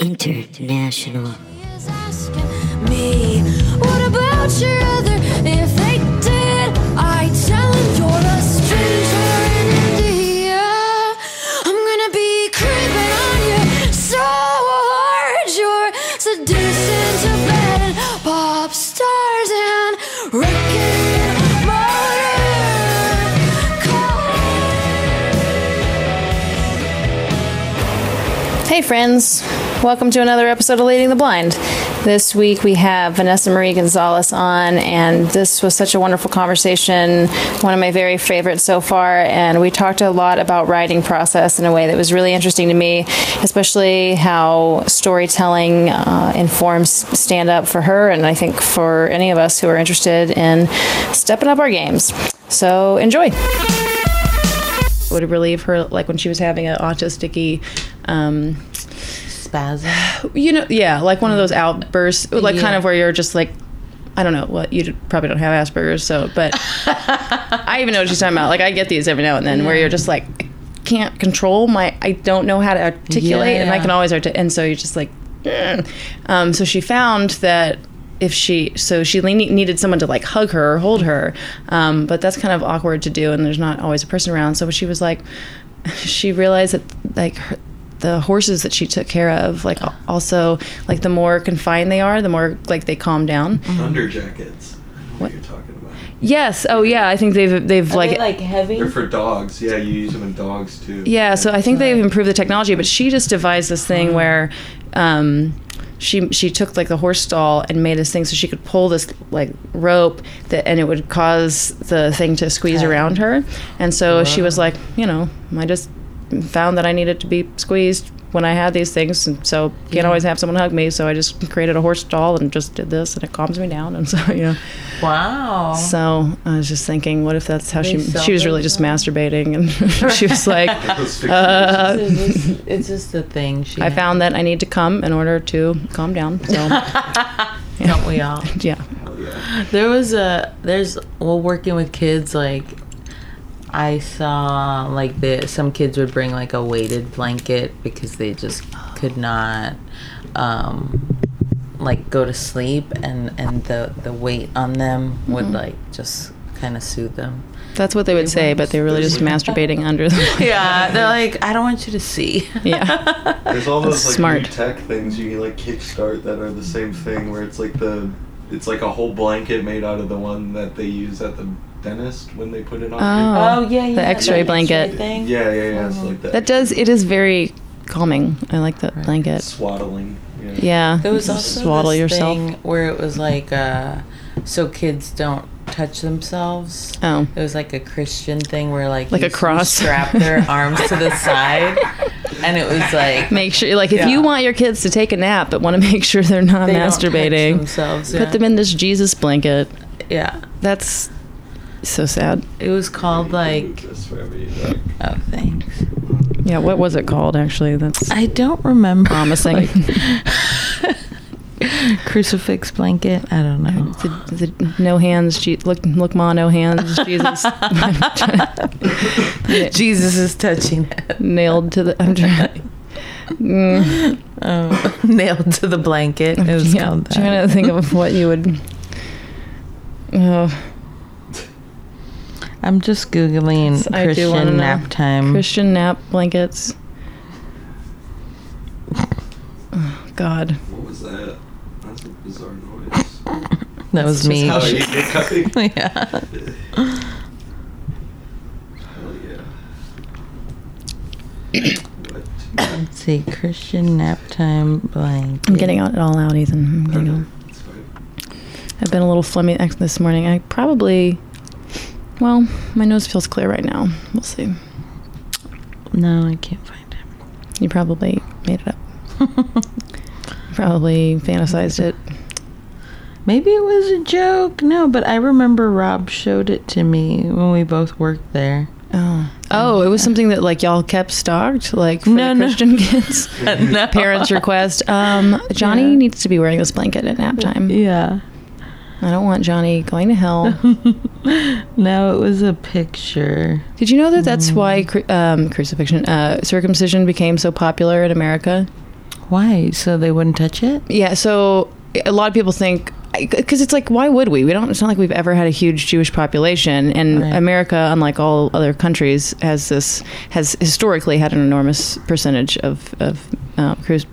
International. is asking me, what about your other? If they did, I tell him you're a stranger in India. I'm gonna be creeping on you so hard. You're seducing Tibetan pop stars and wrecking motor Hey, friends. Welcome to another episode of Leading the Blind. This week we have Vanessa Marie Gonzalez on, and this was such a wonderful conversation, one of my very favorites so far. And we talked a lot about writing process in a way that was really interesting to me, especially how storytelling uh, informs stand up for her, and I think for any of us who are interested in stepping up our games. So enjoy would relieve her like when she was having an autistic um spasm. you know yeah like one of those outbursts like kind Yeah. of where you're just like I don't know what you d- probably don't have Asperger's so but I even know what she's talking about like I get these every now and then where you're just like I can't control my I don't know how to articulate and I Yeah. can always articulate and so you're just like "Mm." um so she found that if she so she le- needed someone to like hug her or hold her um but that's kind of awkward to do and there's not always a person around so she was like she realized that like her, the horses that she took care of like al- also like the more confined they are the more like they calm down Mm-hmm. Thunder jackets. What you're talking about? yes oh yeah i think they've they've Like, like like heavy. They're for dogs. Yeah, you use them in dogs too. yeah so i think they've improved the technology but she just devised this thing where um she she took like the horse stall and made this thing so she could pull this like rope that and it would cause the thing to squeeze around her and so she was like you know i just found that i needed to be squeezed when i had these things and so can't always have someone hug me so i just created a horse stall and just did this and it calms me down and so you know Wow. so i was just thinking what if that's how They she she was really just masturbating and she was like Those fixtures. Uh, it's, just, it's just the thing. She Oh. I found that I need to come in order to calm down. So Don't we all? yeah, There was a there's well working with kids like I saw like the some kids would bring like a weighted blanket because they just could not um like go to sleep and and the the weight on them Mm-hmm. would like just kind of soothe them. that's what they would say, but they were really just masturbating under. The- Yeah, they're like I don't want you to see. yeah, There's all those like That's smart. new tech things you can like kickstart that are the same thing where it's like the it's like a whole blanket made out of the one that they use at the dentist when they put it on. Oh, yeah, yeah. that X-ray blanket. Oh, thing. Yeah, yeah, yeah. It's like that. that does. It is very calming. I like that blanket. swaddling. Yeah. Yeah, There was you also swaddle this yourself. thing where it was like, uh, so kids don't touch themselves. Oh. It was like a Christian thing where like Like you- a cross. you strap their arms to the side, and it was like Make sure, like, if Yeah. you want your kids to take a nap, but want to make sure they're not they don't touch masturbating, themselves. Yeah. put them in this Jesus blanket. yeah. That's so sad. It was called Move like. this wherever you like. Oh, thanks. Yeah, what was it called? Actually, that's I don't remember. promising. Crucifix blanket. I don't know. the, the no hands, Je- look, look, ma, no hands, Jesus. Jesus is touching it. nailed to the. I'm trying. Mm, Oh, nailed to the blanket. It was yeah, called that. trying to think of what you would. Oh, I'm just googling I do wanna Christian know. nap time. Christian nap blankets. Oh, God, What was that? That's a bizarre noise. that was me. Oh, you did cutting? yeah. Hell yeah. What? Let's see, Christian nap time blank. I'm getting it all out, Ethan. I'm Uh-huh. getting all- It's fine. I've been a little phlegmy ex- this morning. I probably, well, my nose feels clear right now. We'll see. No, I can't find him. You probably made it up. Probably fantasized it. Maybe it was a joke. No, but I remember Rob showed it to me when we both worked there. Oh. Oh, it was something that like y'all kept stocked, like for No, the no. Christian kids. no. Parents request. Um, Johnny Yeah. needs to be wearing this blanket at nap time. Yeah. I don't want Johnny going to hell. No, it was a picture. Did you know that that's why cru- um, crucifixion, uh, circumcision became so popular in America? Why? So they wouldn't touch it? Yeah, so a lot of people think because it's like why would we we don't it's not like we've ever had a huge jewish population and Right. america unlike all other countries has this has historically had an enormous percentage of of um, cruise-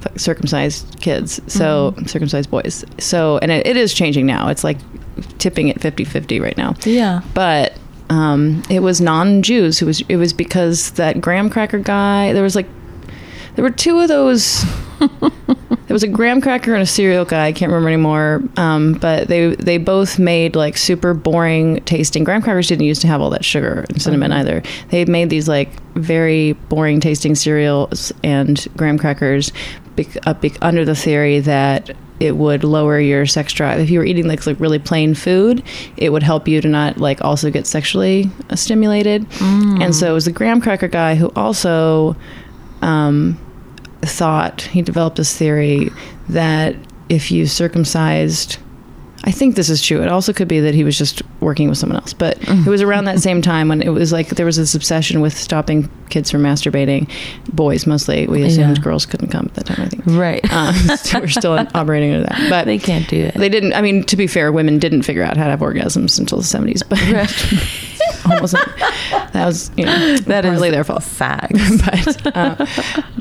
fuck, circumcised kids so Mm-hmm. circumcised boys so and it, it is changing now it's like tipping at 50-50 right now Yeah. but um, it was non-Jews who was it was because that graham cracker guy there was like there were two of those there was a graham cracker and a cereal guy I can't remember anymore um, but they they both made like super boring tasting graham crackers didn't used to have all that sugar and cinnamon either they made these like very boring tasting cereals and graham crackers bec- uh, bec- under the theory that it would lower your sex drive. If you were eating like, like really plain food, it would help you to not like also get sexually uh, stimulated. And so it was the graham cracker guy who also um, thought he developed this theory that if you circumcised I think this is true. It also could be that he was just working with someone else. But it was around that same time when it was like there was this obsession with stopping kids from masturbating, boys mostly. We assumed Yeah. girls couldn't come at that time, I think. Right. Um, so we're still operating under that. But they can't do it. they didn't. I mean, to be fair, women didn't figure out how to have orgasms until the seventies, but almost that was you know, that is partly their fault. Facts. But uh,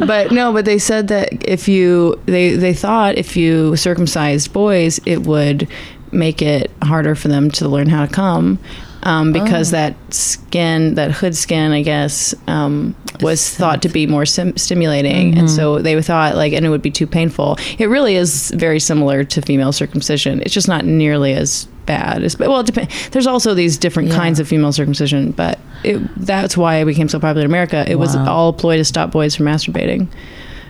but no, but they said that if you they they thought if you circumcised boys, it would make it harder for them to learn how to come. Um, because that skin, that hood skin, I guess, um, was thought to be more sim- stimulating, and so they thought like, and it would be too painful. It really is very similar to female circumcision. It's just not nearly as bad. It's, well, it depends. There's also these different Yeah. kinds of female circumcision, but it, that's why it became so popular in America. It was Wow. all a ploy to stop boys from masturbating.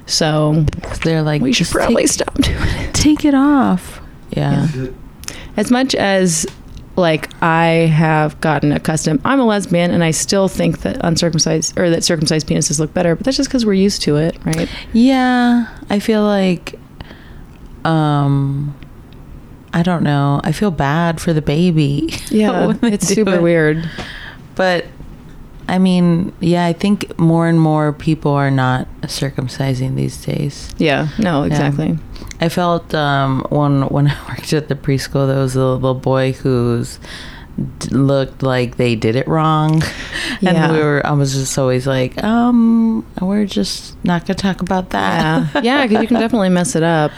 So They're like, we should "Just probably take, stop doing it. take it off. Yeah. As much as like I have gotten accustomed, I'm a lesbian and I still think that uncircumcised or that circumcised penises look better, but that's just because we're used to it, right? Yeah, I feel like um I don't know. I feel bad for the baby. when they it's do super it. weird. But I mean, yeah, I think more and more people are not circumcising these days. Yeah, no, exactly. I felt um when when I worked at the preschool there was a little boy who's d- looked like they did it wrong Yeah. and we were i was just always like um we're just not gonna talk about that Yeah, yeah, because you can definitely mess it up.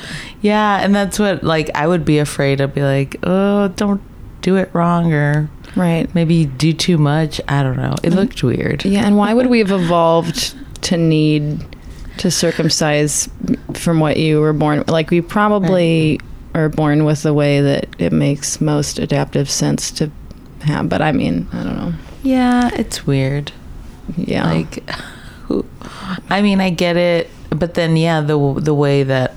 Yeah, and that's what like I would be afraid of. Be like, oh, don't do it wrong, or Right. maybe you do too much. I don't know. It looked weird. Mm-hmm. Yeah, and why would we have evolved to need to circumcise from what you were born? Like we probably Mm-hmm. are born with the way that it makes most adaptive sense to have. But I mean, I don't know. Yeah, it's weird. Yeah, Like, who? I mean, I get it, but then yeah, the the way that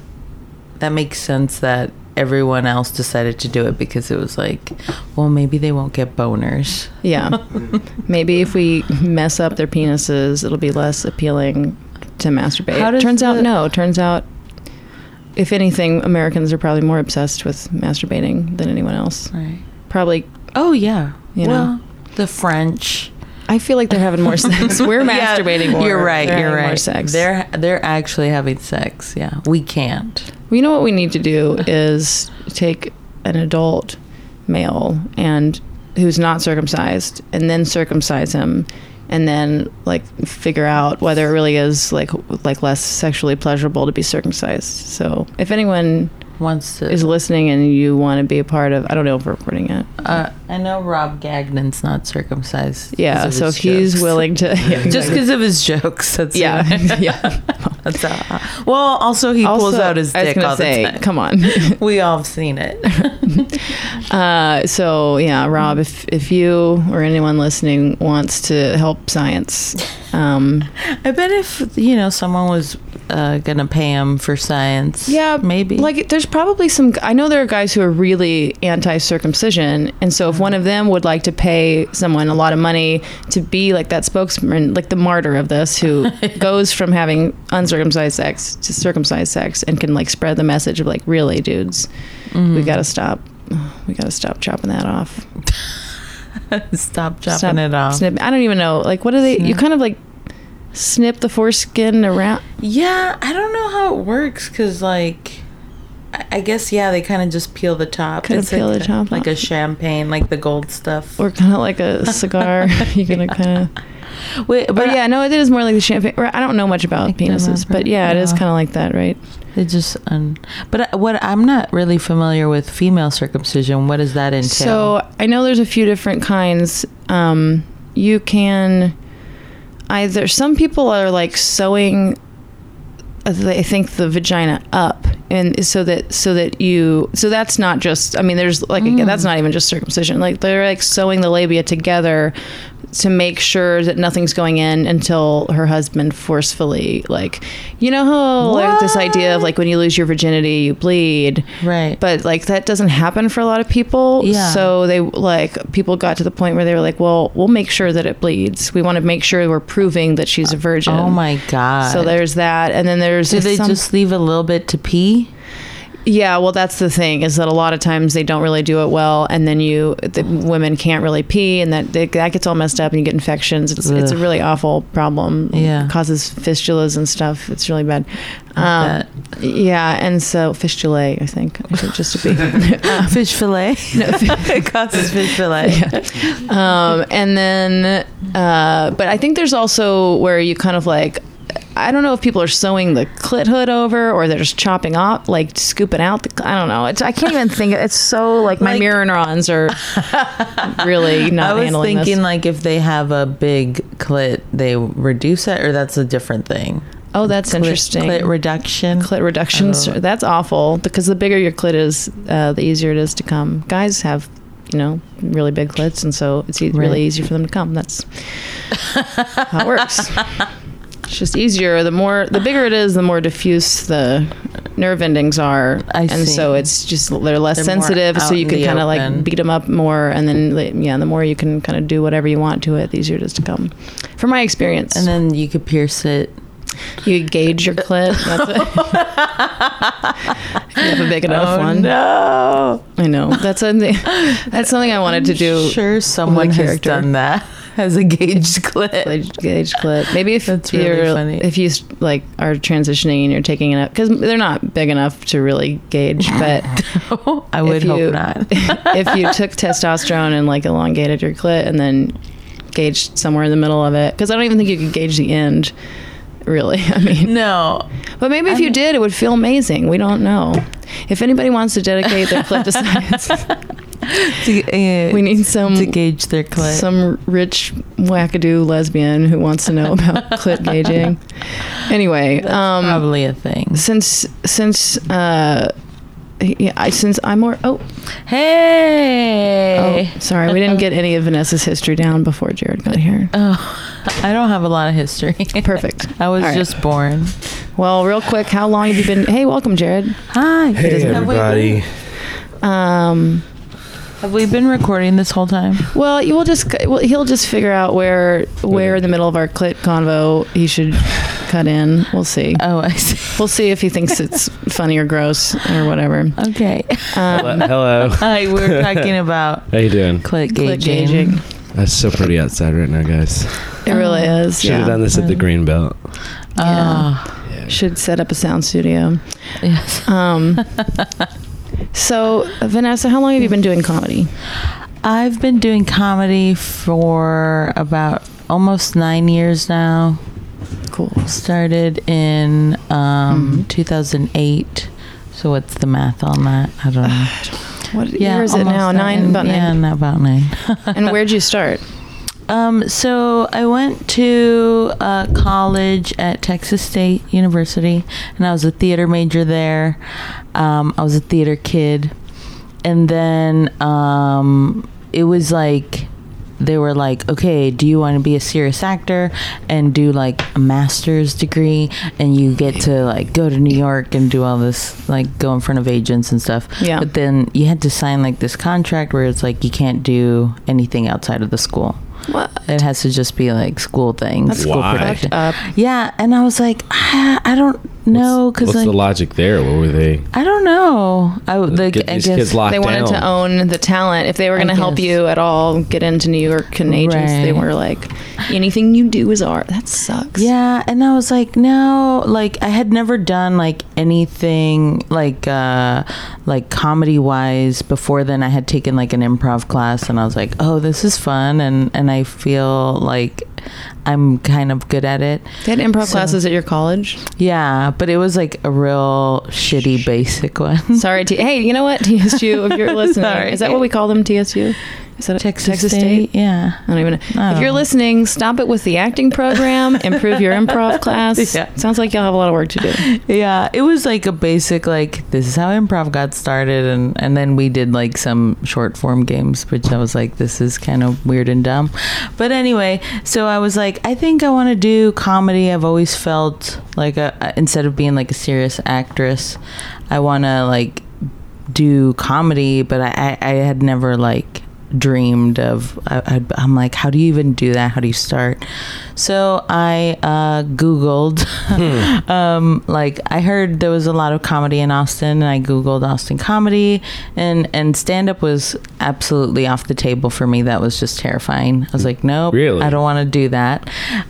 that makes sense that everyone else decided to do it because it was like, well, maybe they won't get boners. yeah. Maybe if we mess up their penises, it'll be less appealing to masturbate. How does turns out the- no. Turns out. If anything, Americans are probably more obsessed with masturbating than anyone else. Right. Probably Oh yeah. You know. well, the French. I feel like they're having more sex. We're Yeah, masturbating more. You're right. They're You're having right. More sex. They're they're actually having sex. Yeah, we can't. you know what we need to do is take an adult male and who's not circumcised, and then circumcise him, and then like figure out whether it really is like like less sexually pleasurable to be circumcised. So if anyone Wants to. is listening and you want to be a part of, I don't know if we're recording it. uh, I know Rob Gagnon's not circumcised. 'cause Yeah. of So if his he's jokes. willing to, yeah, just exactly. because of his jokes. That's the yeah, only- yeah. That's uh, well. Also, he pulls Also, out his I was dick gonna all say, the time. Come on. We all have seen it. Uh, so yeah, Rob, if if you or anyone listening wants to help science, um, I bet if you know someone was uh, gonna pay him for science. yeah, maybe. Like, there's probably some. I know there are guys who are really anti-circumcision, and so if one of them would like to pay someone a lot of money to be like that spokesman, like the martyr of this, who goes from having uncircumcised sex to circumcised sex, and can like spread the message of like, really, dudes, we got to stop. We got to stop chopping that off. stop chopping Snip- it off. Snip. I don't even know. Like, what do they? You kind of like snip the foreskin around. Yeah, I don't know how it works because, like, I I guess yeah, they kind of just peel the top. Kinda It's peel like the top like a off. champagne, like the gold stuff. Or kind of like a cigar. You're going to kind of. Wait, But yeah, no, it is more like the champagne. or I don't know much about them penises, up, but right? yeah, it is Yeah. kind of like that, right? It just, um, but I- what I'm not really familiar with female circumcision. What does that entail? So I know there's a few different kinds. Um, you can either some people are like sewing. uh, They think the vagina up, and so that so that you so that's not just. I mean, there's like again, that's not even just circumcision. Like they're like sewing the labia together to make sure that nothing's going in until her husband forcefully like you know how like this idea of like when you lose your virginity you bleed right, but like that doesn't happen for a lot of people Yeah. so they like people got to the point where they were like well we'll make sure that it bleeds we want to make sure we're proving that she's a virgin oh my god. so there's that and then there's do they some- just leave a little bit to pee? yeah well that's the thing is that a lot of times they don't really do it well and then you the women can't really pee and that that gets all messed up and you get infections it's, it's a Ugh. really awful problem Yeah. it causes fistulas and stuff it's really bad I um, yeah and so fistulae i think I should- just to be uh, fish fillet. it causes fish fillet. um, and then uh, but i think there's also where you kind of like i don't know if people are sewing the clit hood over or they're just chopping off like scooping out the cl- i don't know it's, i can't even think it's so like my Like- mirror neurons are really I not was handling thinking this like if they have a big clit, they reduce it, or that's a different thing. oh that's Clit- interesting Clit, reduction. clit reduction sur- that's awful because the bigger your clit is uh, the easier it is to come guys have you know really big clits and so it's e- Right. really easy for them to come that's how it works it's just easier the more the bigger it is the more diffuse the nerve endings are I and see. so it's just they're less They're more sensitive out so you in can the kind of open. like beat them up more and then like, yeah the more you can kind of do whatever you want to it the easier it is to come from my experience and then you could pierce it. you gauge your clit. That's it. you have a big enough one. Oh, no! I know. That's something. That's something I wanted to do. sure, someone has character. done that. Has a gauged clit. Gauge, gauge clit. Maybe if That's really you're funny. if you like are transitioning and you're taking it up because they're not big enough to really gauge. But I would if hope you- not. if you took testosterone and like elongated your clit and then gauged somewhere in the middle of it, because I don't even think you could gauge the end. Really, I mean, No, But maybe if you did, it would feel amazing. We don't know. If anybody wants to dedicate their clit to science, to, uh, we need some to gauge their clit. some rich wackadoo lesbian who wants to know about clit gauging. Anyway, um, Probably a thing. since since uh, yeah, I, since I'm more oh, oh Hey. sorry, we didn't get any of Vanessa's history down before Jared got here. Oh, I don't have a lot of history. Perfect. I was All right. just born. well, real quick. How long have you been? Hey, welcome, Jared. Hi. Hey everybody! Um, Have we been recording this whole time? Well, you will just well, he'll just figure out where where in the middle of our clit convo he should cut in. We'll see. Oh, I see. We'll see if he thinks it's funny or gross or whatever. Okay. Um, Hello. Hi, we we're talking about How you doing? clit clit gauging. gauging. That's so pretty outside right now, guys. It really is. Should have yeah. done this at the Green Belt. Ah, Should set up a sound studio. yes. Um, so Vanessa, how long have you been doing comedy? I've been doing comedy for about almost nine years now. Cool. Started in Mm-hmm. um, 2008. So what's the math on that? I don't know. What year is it almost now? Nine, about Yeah, nine. not about nine. And where'd you start? Um, so I went to uh, college at Texas State University, and I was a theater major there. Um, I was a theater kid, and then um, it was like they were like, "Okay, do you want to be a serious actor and do like a master's degree, and you get to like go to New York and do all this, like go in front of agents and stuff?" Yeah. But then you had to sign like this contract where it's like you can't do anything outside of the school. What? It has to just be like school things, That's school Why? production. Up. Yeah, and I was like, I, I don't no, because What's like the logic there? What were they? I don't know. I would like. get I these guess, kids locked they wanted down. to own the talent. If they were I going to help guess. you at all get into New York and agents, they Right. were like, anything you do is art. That sucks. Yeah, and I was like, no, like I had never done like anything like uh like comedy wise before then I had taken like an improv class and I was like, oh, this is fun and and I feel like I'm kind of good at it. They had improv So- classes at your college. Yeah, but it was like a real shitty basic one. Sorry, T- hey, you know what, TSU, if you're listening, Sorry. is that what we call them, TSU? Is that Yeah. I don't even know. I if don't you're know. listening, stop it with the acting program, improve your improv class. Yeah. Sounds like y'all have a lot of work to do. Yeah, it was like a basic like this is how improv got started and and then we did like some short form games which I was like this is kind of weird and dumb. But anyway, so I was like I think I want to do comedy. I've always felt like a, a- instead of being like a serious actress, I want to like do comedy, but I, I, I had never like dreamed of I, I'd- i'm like how do you even do that how do you start so i uh googled um like i heard there was a lot of comedy in austin and i googled austin comedy and and stand up was absolutely off the table for me that was just terrifying i was like nope Really? i don't want to do that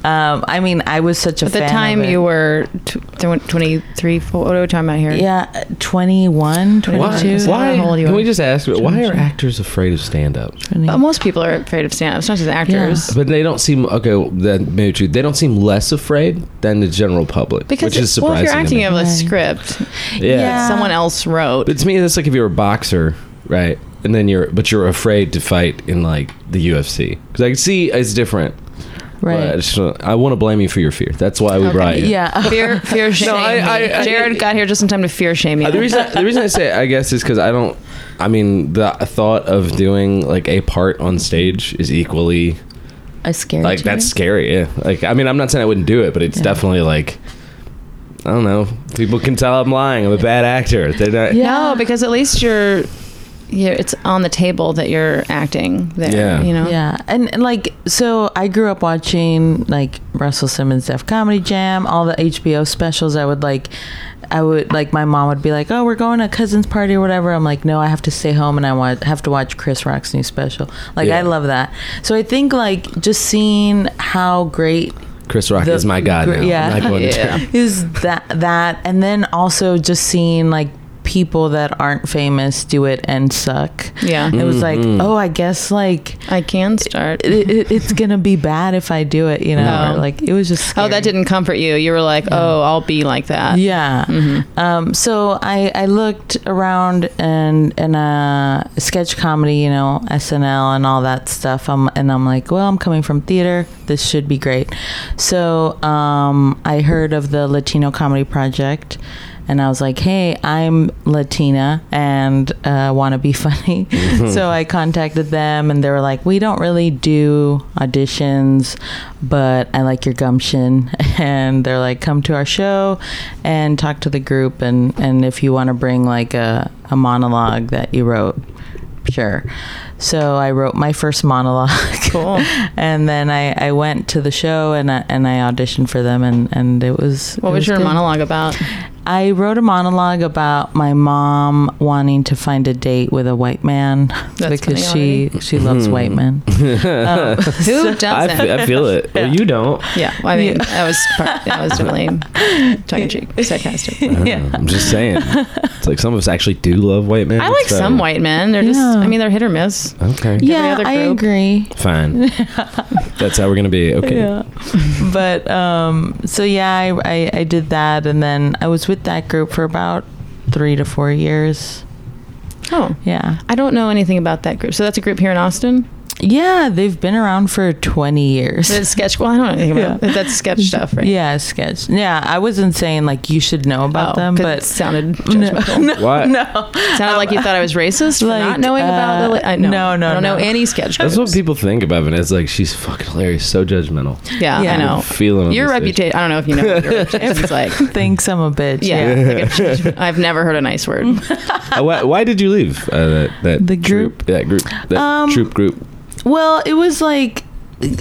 um i mean i was such a At the fan time of it. you were t- tw- 23, 4, what are we talking about here? yeah 21 Why- 22 why- how old you Can we are. just ask? Why are actors afraid of stand-up? But most people are afraid of stand-up. It's not just actors. But they don't seem okay. Well, that maybe true. They don't seem less afraid than the general public, Because which is well, if surprising. you're to acting me. of a Right. script yeah. Yeah. someone else wrote, But to me, that's like if you're a boxer, right? And then you're, but you're afraid to fight in like the UFC because I can see it's different. But I, right just don't- I want to blame you for your fear. That's why we brought you. yeah fear, fear shame. I- I- Jared got here just in time to fear shame you. Uh, the reason the reason I say it, I guess is because I don't. I mean, the thought of doing like a part on stage is equally i scared like that's scary. Yeah. Like I mean, I'm not saying I wouldn't do it, but it's definitely like I don't know. People can tell I'm lying. I'm a bad actor. They're not. Yeah. No, because at least you're, you it's on the table that you're acting there. Yeah. You know? Yeah, and, and like so, I grew up watching like Russell Simmons' Def Comedy Jam, all the HBO specials. I would like, I would like my mom would be like, "Oh, we're going to a cousin's party or whatever." I'm like, "No, I have to stay home and I want have to watch Chris Rock's new special." Like, Yeah. I love that. So I think like just seeing how great Chris Rock The- is my god gr- now. yeah. I'm not going to Yeah. town. is that that and then also just seeing like people that aren't famous do it and suck Yeah. it was like Mm-hmm. oh i guess like I can start. it, it, it's gonna be bad if I do it, you know. No. Or like it was just. Oh, Scary. that didn't comfort you. You were like, oh, I'll be like that. Yeah. mm-hmm. Um, so I, I looked around and and uh, sketch comedy, you know, SNL and all that stuff. Um, and I'm like, well, I'm coming from theater. This should be great. So um, I heard of the Latino Comedy Project. And I was like, hey, I'm Latina and uh, want to be funny. so I contacted them and they were like, we don't really do auditions, but I like your gumption. And they're like, come to our show and talk to the group. And, and if you want to bring like a, a monologue that you wrote, sure. So I wrote my first monologue. Cool. and then I, I went to the show and I, and I auditioned for them. And, and it was. What it was your good. monologue about? I wrote a monologue about my mom wanting to find a date with a white man That's because funny she she loves Hmm. white men. Um, Who I, doesn't? f- I feel it. Well, you don't. yeah. Well, I mean, that was part, that was really tongue in cheek, sarcastic. Yeah. Uh, I'm just saying. It's like some of us actually do love white men. I like so- some white men. They're just, Yeah. I mean, they're hit or miss. Okay. yeah, other I group. agree. Fine. That's how we're gonna be. Okay. Yeah, but um, so yeah, I, I I did that, and then I was with that group for about three to four years. Oh. Yeah, I don't know anything about that group. So that's a group here in Austin. yeah, they've been around for twenty years. That's sketch. Well, I don't know anything about that's sketch stuff, right? Yeah, sketch. Yeah, I wasn't saying like you should know about Oh, them, 'cause but it sounded No, judgmental. no, Why- no. Sounded like you thought I was racist for like, not knowing about the. uh, Li- I know. no, no, I don't know no. any sketch. That's groups. what people think about Vanessa. Like she's fucking hilarious, so judgmental. yeah, Yeah. I know. Feeling on your the stage. reputation. I don't know if you know what your reputation is like. Thinks I'm a bitch. Yeah, like a judge- I've never heard a nice word. Uh, why, why did you leave uh, that, that The troop- that group that Um, troop group Well, it was like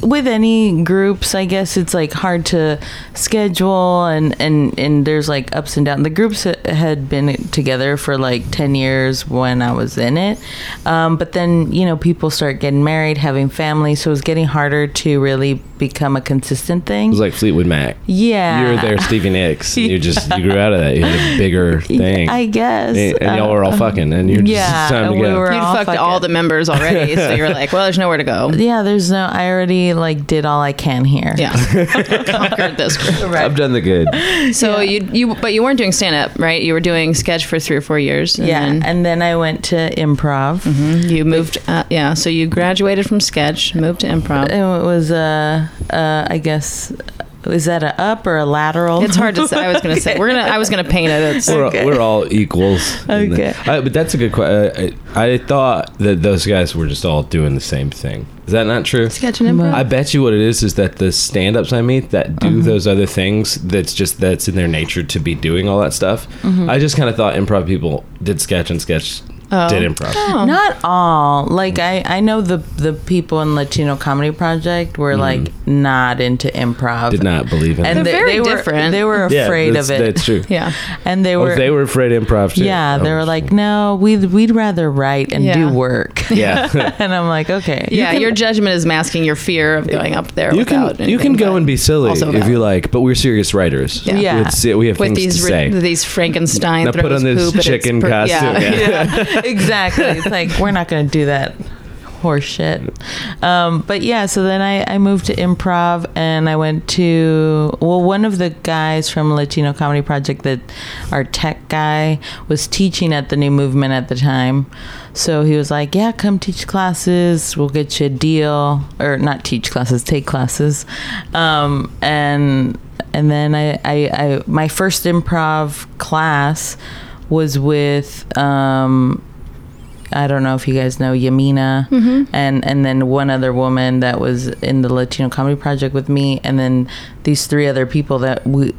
with any groups, I guess it's like hard to schedule and and and there's like ups and downs. The groups ha- had been together for like 10 years when I was in it. Um, but then, you know, people start getting married, having families, so it's getting harder to really become a consistent thing. It was like Fleetwood Mac. yeah. You were there, Stevie Nicks. and You just you grew out of that. You had a bigger thing. I guess. And, and y'all were all fucking, and you're just yeah, it's time to we go. were You'd all fucked fucking- all the members already, so you were like, well, there's nowhere to go. Uh, yeah, there's no I already like did all I can here. Yeah, conquered this group. I've done the good. So you you but you weren't doing stand up, right? You were doing sketch for three or four years. And Yeah, then- and then I went to improv. You moved, uh, yeah. So you graduated from sketch, moved to improv. It was a, uh, I guess, is that a up or a lateral? It's hard to say. I was gonna say we're gonna. I was gonna paint it. It's, We're, Okay. we're all equals. in Okay. the- I- but that's a good question. I, I thought that those guys were just all doing the same thing. Is that not true? sketch and improv. I bet you what it is is that the stand-ups I meet that Mm-hmm. do those other things that's just that's in their nature to be doing all that stuff. Mm-hmm. I just kind of thought improv people did sketch and sketch Oh. did improv. Not all. Like I, I know the the people in Latino Comedy Project were like not into improv. Mm-hmm. Did not believe in And it. they, They're very they were different. they were Yeah, afraid that's- of it. That's true. yeah. And they Oh, were they were afraid of improv too. yeah, they Oh, were like, no, we'd we'd rather write and Yeah. do work. yeah. and I'm like, okay, Yeah, your judgment is masking your fear of going up there. You without can you can anything, go but and be silly also if valid. you like, but we're serious writers. Yeah. Yeah. It's- we have with these these to ri- say. these Frankenstein. now put throws on this poop at its chicken per- costume. Yeah. yeah. yeah, exactly. It's like we're not going to do that horse shit. Um, but yeah, so then I, I moved to improv and I went to well, one of the guys from Latino Comedy Project that our tech guy was teaching at the new movement at the time. So he was like, "Yeah, come teach classes. We'll get you a deal, or not teach classes, take classes." Um, and and then I, I, I my first improv class was with um I don't know if you guys know Yamina and and then one other woman that was in the Latino comedy project with me and then these three other people that we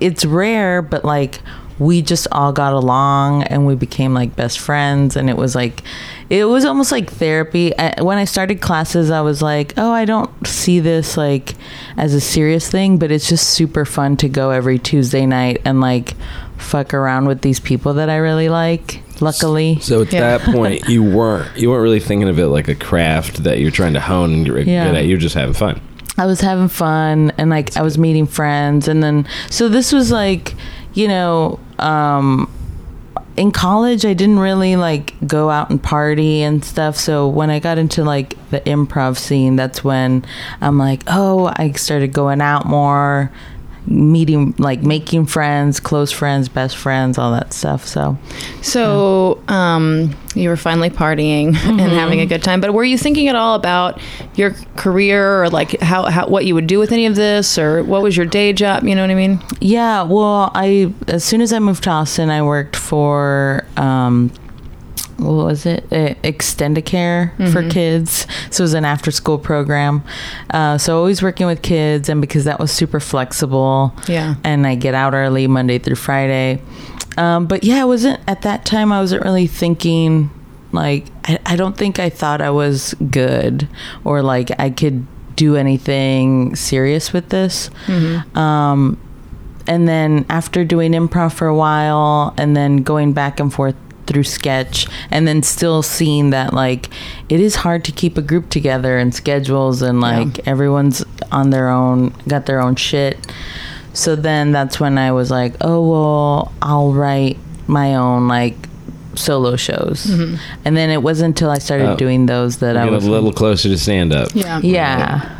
it's rare but like we just all got along and we became like best friends and it was like it was almost like therapy I, when i started classes i was like oh i don't see this like as a serious thing but it's just super fun to go every tuesday night and like fuck around with these people that i really like luckily So at Yeah. that point, you weren't you weren't really thinking of it like a craft that you're trying to hone and you're Yeah. good at. You're just having fun. I was having fun and like I was meeting friends and then so this was like, you know, um in college I didn't really like go out and party and stuff. So when I got into like the improv scene, that's when I'm like, "Oh, I started going out more." meeting like making friends close friends best friends all that stuff so So um, you were finally partying Mm-hmm. and having a good time, but were you thinking at all about your career or like how, how what you would do with any of this or what was your day job? You know what I mean? Yeah, well, I as soon as I moved to Austin, I worked for um, what was it? Uh, Extendicare for kids. So it was an after-school program. Uh, so always working with kids, and because that was super flexible. Yeah. and I get out early Monday through Friday. Um, but yeah, I wasn't at that time. I wasn't really thinking like I, I don't think I thought I was good or like I could do anything serious with this. Um, and then after doing improv for a while and then going back and forth through sketch and then still seeing that like it is hard to keep a group together and schedules and like everyone's on their own got their own shit so then that's when i was like oh well i'll write my own like solo shows Mm-hmm. and then it wasn't until i started Oh. doing those that i Get a was little closer to stand up. yeah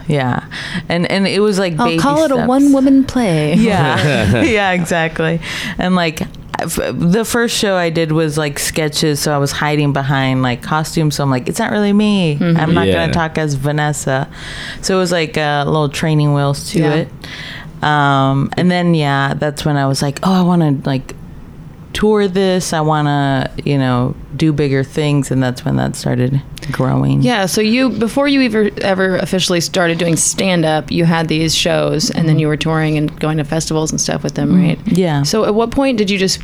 yeah and and it was like I'll baby Oh, call it a steps. one woman play. Yeah, yeah, exactly. And like f- the first show I did was like sketches, so I was hiding behind like costumes. So I'm like, it's not really me. Mm-hmm. I'm not Yeah. gonna talk as Vanessa. So it was like a little training wheels to Yeah. it. Um, and then yeah, that's when I was like, oh, I want to like tour this. I want to you know do bigger things, and that's when that started growing. Yeah, so you before you ever ever officially started doing stand up, you had these shows and then you were touring and going Mm-hmm. to festivals and stuff with them, right? Yeah. So at what point did you just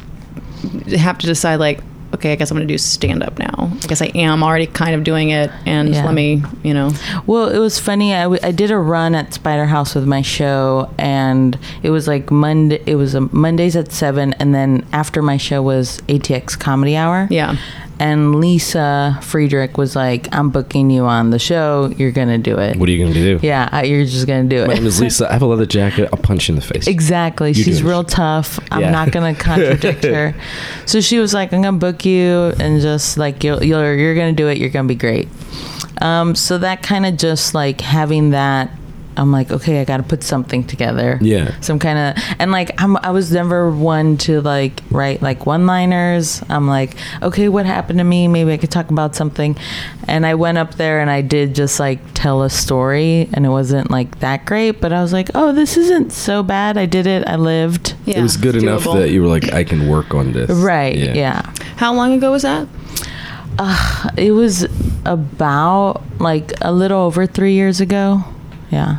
have to decide like okay, I guess I'm going to do stand up now. I guess I am already kind of doing it, and Yeah. let me, you know. Well, it was funny. I, w- I did a run at Spider House with my show, and it was like Monday. It was um Mondays at seven, and then after my show was ATX Comedy Hour. Yeah. And Lisa Friedrich was like, "I'm booking you on the show. You're gonna do it. What are you going to do? yeah, I, you're just gonna do it." My name is Lisa. I have a leather jacket. I'll punch you in the face. Exactly. You She's do it. real tough. I'm Yeah. not gonna contradict her. So she was like, "I'm gonna book you, and just like you're you're, you're gonna do it. You're gonna be great." Um, so that kind of just like having that. I'm like, okay, I gotta put something together. Yeah. Some kind of and like I'm I was never one to like write like one liners. I'm like, okay, what happened to me? Maybe I could talk about something. And I went up there and I did just like tell a story and it wasn't like that great, but I was like, oh, this isn't so bad. I did it. I lived. Yeah. It was good enough doable. that you were like, I can work on this. Right. yeah. How long ago was that? It was about like a little over 3 years ago. Yeah.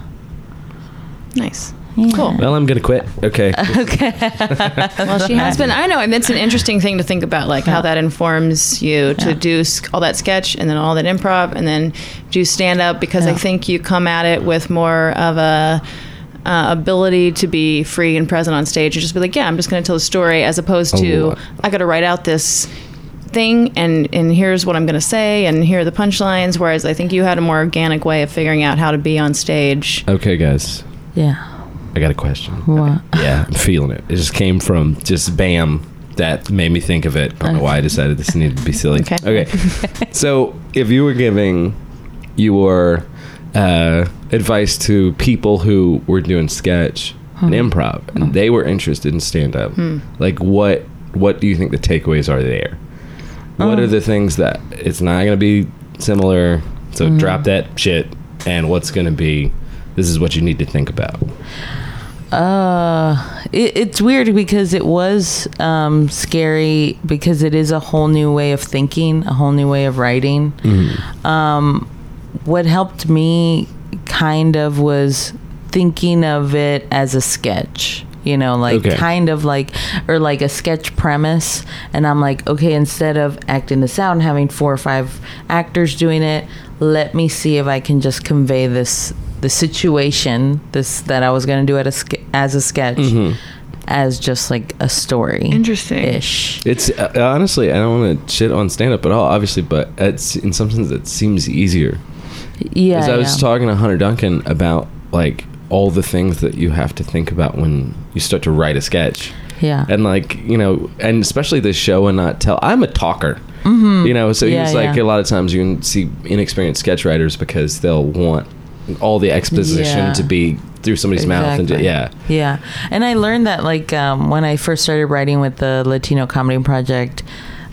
Nice. Cool. Well, I'm going to quit. Okay. Well, she has been. I know. And it's an interesting thing to think about, like how that informs you to Yeah. do s- all that sketch and then all that improv and then do stand up because I Yeah. think you come at it with more of a. Uh, ability to be free and present on stage and just be like, yeah, I'm just going to tell a story, as opposed to Oh. I got to write out this thing and and here's what I'm going to say and here are the punchlines. Whereas I think you had a more organic way of figuring out how to be on stage. okay, guys. Yeah. I got a question. What? Yeah, I'm feeling it. It just came from just bam. That made me think of it. I don't know why I decided this needed to be silly. Okay. so if you were giving your uh, advice to people who were doing sketch and improv and they were interested in stand up, like what what do you think the takeaways are there? What are the things that it's not going to be similar? So drop that shit and what's going to be this is what you need to think about. Uh, it, it's weird because it was um, scary because it is a whole new way of thinking, a whole new way of writing. Um, what helped me kind of was thinking of it as a sketch. You know, like Okay. kind of like, or like a sketch premise. And I'm like, okay, instead of acting this out and having four or five actors doing it, let me see if I can just convey this, the situation, this that I was going to do at a ske- as a sketch, as just like a story. Interesting. Ish. It's uh, honestly, I don't want to shit on stand up at all, obviously, but it's in some sense it seems easier. Yeah. Because I was yeah. talking to Hunter Duncan about like all the things that you have to think about when you start to write a sketch, yeah. and like you know, and especially this show and not tell. I'm a talker, mm-hmm. you know, so Yeah, he's like yeah. a lot of times you can see inexperienced sketch writers because they'll want all the exposition Yeah. to be through somebody's mouth and ju- Exactly. yeah, Yeah, and I learned that like um, when I first started writing with the Latino Comedy Project,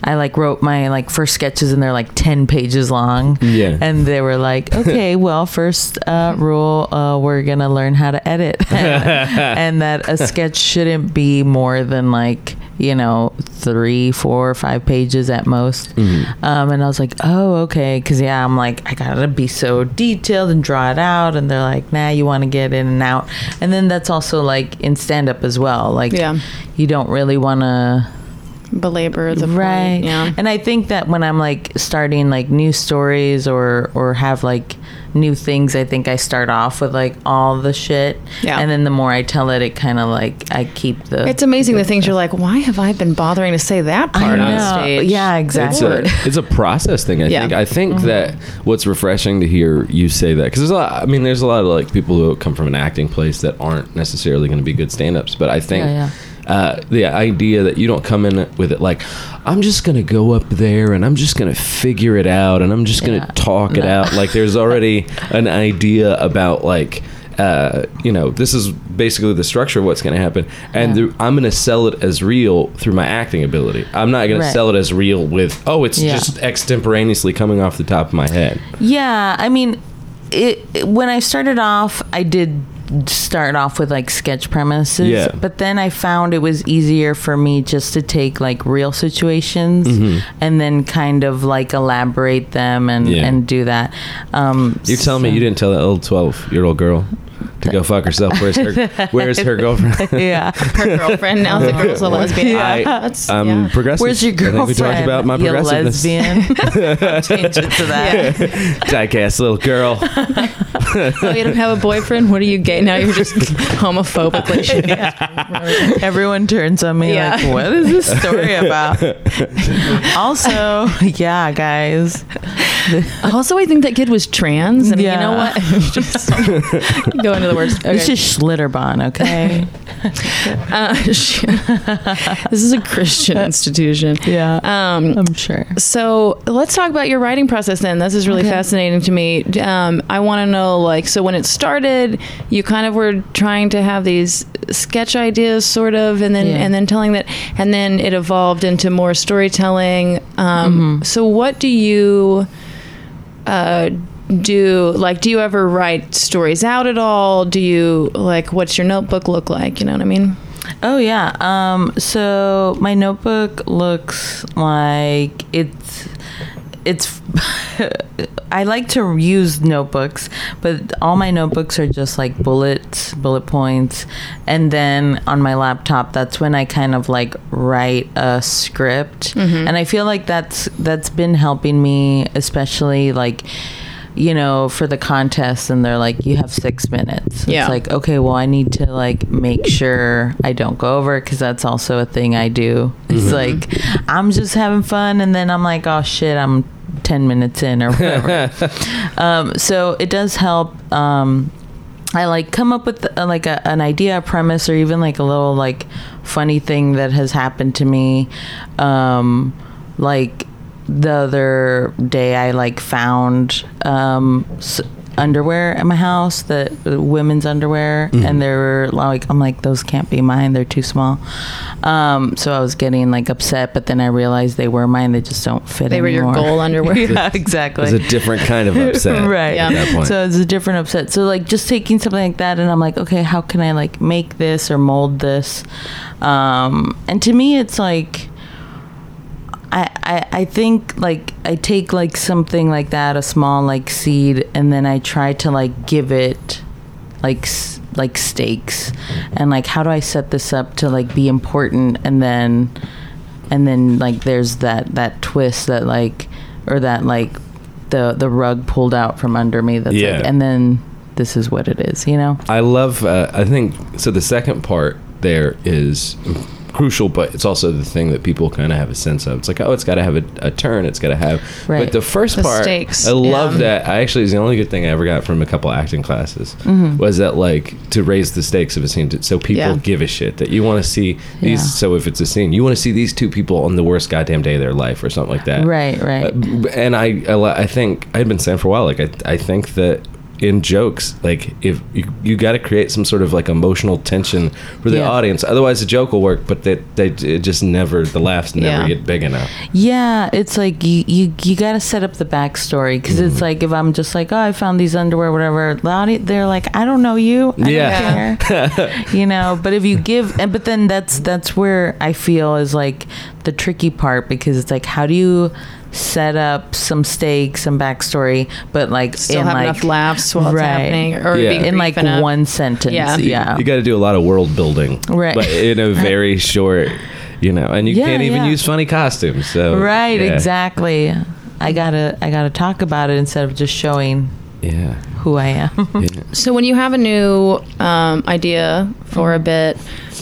I like wrote my like first sketches and they're like ten pages long. Yeah. and they were like, okay, well, first uh, rule, uh, we're gonna learn how to edit, and that a sketch shouldn't be more than like you know three, four, or five pages at most. Um, and I was like, oh, okay, because yeah, I'm like, I gotta be so detailed and draw it out, and they're like, nah, you want to get in and out, and then that's also like in stand up as well, like Yeah. you don't really want to Belabor the point, right Yeah. and i think that when i'm like starting like new stories or or have like new things i think i start off with like all the shit Yeah. and then the more i tell it it kind of like i keep the It's amazing the things you're like, why have I been bothering to say that part I on know. stage? yeah it's exactly Mm-hmm. a, it's a process thing. I Yeah. think. I think that what's refreshing to hear you say that because there's a lot. I mean, there's a lot of like people who come from an acting place that aren't necessarily going to be good stand-ups. But I think. Yeah, yeah. Uh, the idea that you don't come in with it like I'm just gonna go up there and I'm just gonna figure it out and I'm just gonna Yeah. talk it out like there's already an idea about like uh, you know this is basically the structure of what's gonna happen and Yeah. the- I'm gonna sell it as real through my acting ability I'm not gonna Right. sell it as real with oh it's Yeah. just extemporaneously coming off the top of my head Yeah, I mean, it, it- when I started off, I did start off with like sketch premises, Yeah. but then I found it was easier for me just to take like real situations and then kind of like elaborate them and Mm-hmm. Yeah. and do that. Um, you're telling me you didn't tell that little 12 year old girl to go fuck herself. Where's her Where's her girlfriend? Yeah. Her girlfriend now the girl's a lesbian. Yeah. um, I, That's- I'm yeah. progressive. Where's your girlfriend? I think we talked about my you progressiveness. lesbian. Change it to that. Dyke ass little girl. Oh, you don't have a boyfriend? What are you gay? Now you're just homophobically shit. Everyone turns on me Yeah. like, what is this story about? also, yeah, guys. Also, I think that kid was trans, and you Yeah. know what? just go into the worst. Okay. This is Schlitterbahn, okay? Uh, sh- this is a Christian institution. yeah. Um, I'm sure. so let's talk about your writing process then. This is really fascinating to me. Um, I want to know, like, so when it started, you kind of were trying to have these sketch ideas, sort of, and then Yeah. and then telling that, and then it evolved into more storytelling. Mm-hmm. Um, So what do you? Uh, do like do you ever write stories out at all do you like what's your notebook look like you know what i mean Oh yeah. Um, so my notebook looks like it's it's. I like to use notebooks, but all my notebooks are just like bullets, bullet points, and then on my laptop, that's when I kind of like write a script, and I feel like that's that's been helping me, especially like. You know, for the contest, and they're like, you have six minutes. Yeah. It's like, okay, well, I need to like make sure I don't go over because that's also a thing I do. It's like I'm just having fun, and then I'm like, oh shit, I'm ten minutes in or whatever. um, so it does help. Um, I like come up with uh, like a, an idea, a premise, or even like a little like funny thing that has happened to me. Um, like the other day, I like found um, s- underwear at my house, the uh, women's underwear, and they were like, I'm like, those can't be mine; they're too small. Um, so I was getting like upset, but then I realized they were mine; they just don't fit they were your anymore. goal underwear yeah, exactly. It's a different kind of upset. Right. At that point. So it's a different upset. So like just taking something like that, and I'm like, okay, how can I like make this or mold this? Um, and to me, it's like. I, I, I think like I take like something like that a small like seed and then I try to like give it like s- like stakes and like how do I set this up to like be important and then and then like there's that that twist that like or that like the the rug pulled out from under me that's Yeah. like and then this is what it is you know I love. Uh, I think so. The second part there is crucial, but it's also the thing that people kind of have a sense of. It's like, oh, it's got to have a, a turn. It's got to have. But Right. the first The part, stakes, I love yeah. that. I actually is the only good thing I ever got from a couple acting classes Mm-hmm. was that like to raise the stakes of a scene, to, so people Yeah. give a shit that you want to see these. Yeah. So if it's a scene, you want to see these two people on the worst goddamn day of their life or something like that. right right Uh, and I, I li- I think I had been saying for a while, like I, I think that in jokes, like if you, you got to create some sort of like emotional tension for the Yeah. audience, otherwise the joke will work, but they, they it just never the laughs never Yeah. get big enough. Yeah, it's like you you, you got to set up the backstory because Mm-hmm. it's like if I'm just like oh I found these underwear whatever, the audi- they're like I don't know you, I Yeah. don't care, you know. But if you give, and but then that's that's where I feel is like the tricky part because it's like how do you set up some stakes, some backstory, but like still in have like enough laughs while it's Right. happening or Yeah. being in like brief enough. one sentence, Yeah. yeah. You got to do a lot of world building, Right. But in a very short, you know, and you Yeah, can't even yeah. use funny costumes. So Right, yeah. exactly. I gotta I gotta talk about it instead of just showing Yeah, who I am. yeah. so when you have a new um, idea for a bit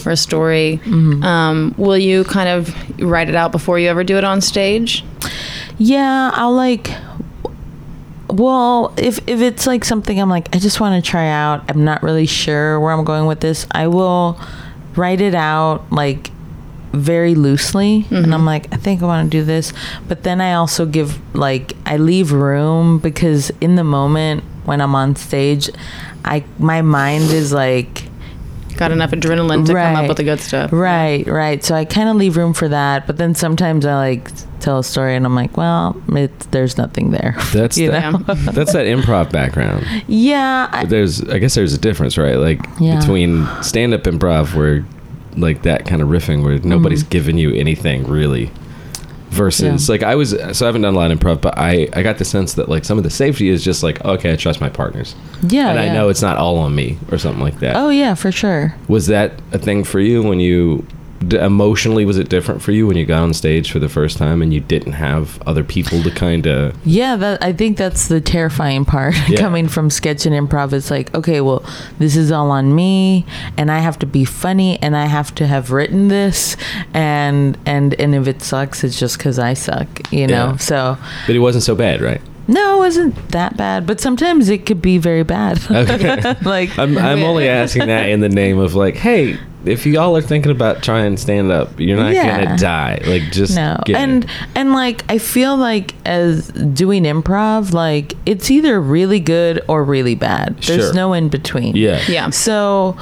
or a story Mm-hmm. um, will you kind of write it out before you ever do it on stage Yeah, I'll like. Well, if if it's like something I'm like, I just want to try out. I'm not really sure where I'm going with this. I will write it out like very loosely, and I'm like, I think I want to do this. But then I also give like I leave room because in the moment when I'm on stage, I my mind is like. got enough adrenaline to come up Right. with the good stuff Right, right. So I kind of leave room for that, but then sometimes I like tell a story and I'm like, well, it, there's nothing there. That's You the- know? that's that improv background. yeah, I, there's I guess there's a difference, right? Like Yeah. between stand up Mm-hmm. improv where like that kind of riffing where nobody's giving you anything really. versus like I was so I haven't done a lot of improv, but I I got the sense that like some of the safety is just like okay, I trust my partners, Yeah. and I Oh, yeah. know it's not all on me or something like that. Oh yeah, for sure. Was that a thing for you when you d- emotionally was it different for you when you got on stage for the first time and you didn't have other people to kind of Yeah, that I think that's the terrifying part Yeah. coming from sketch and improv. It's like, okay, well, this is all on me, and I have to be funny, and I have to have written this, and and and if it sucks, it's just because I suck, you know. Yeah. So but it wasn't so bad, right? no, it wasn't that bad, but sometimes it could be very bad. like I'm I'm only asking that in the name of like, hey, if y'all are thinking about trying stand up, you're not Yeah. gonna die. Like just no get it. and and like i feel like as doing improv like it's either really good or really bad there's Sure. no in between yeah Yeah. so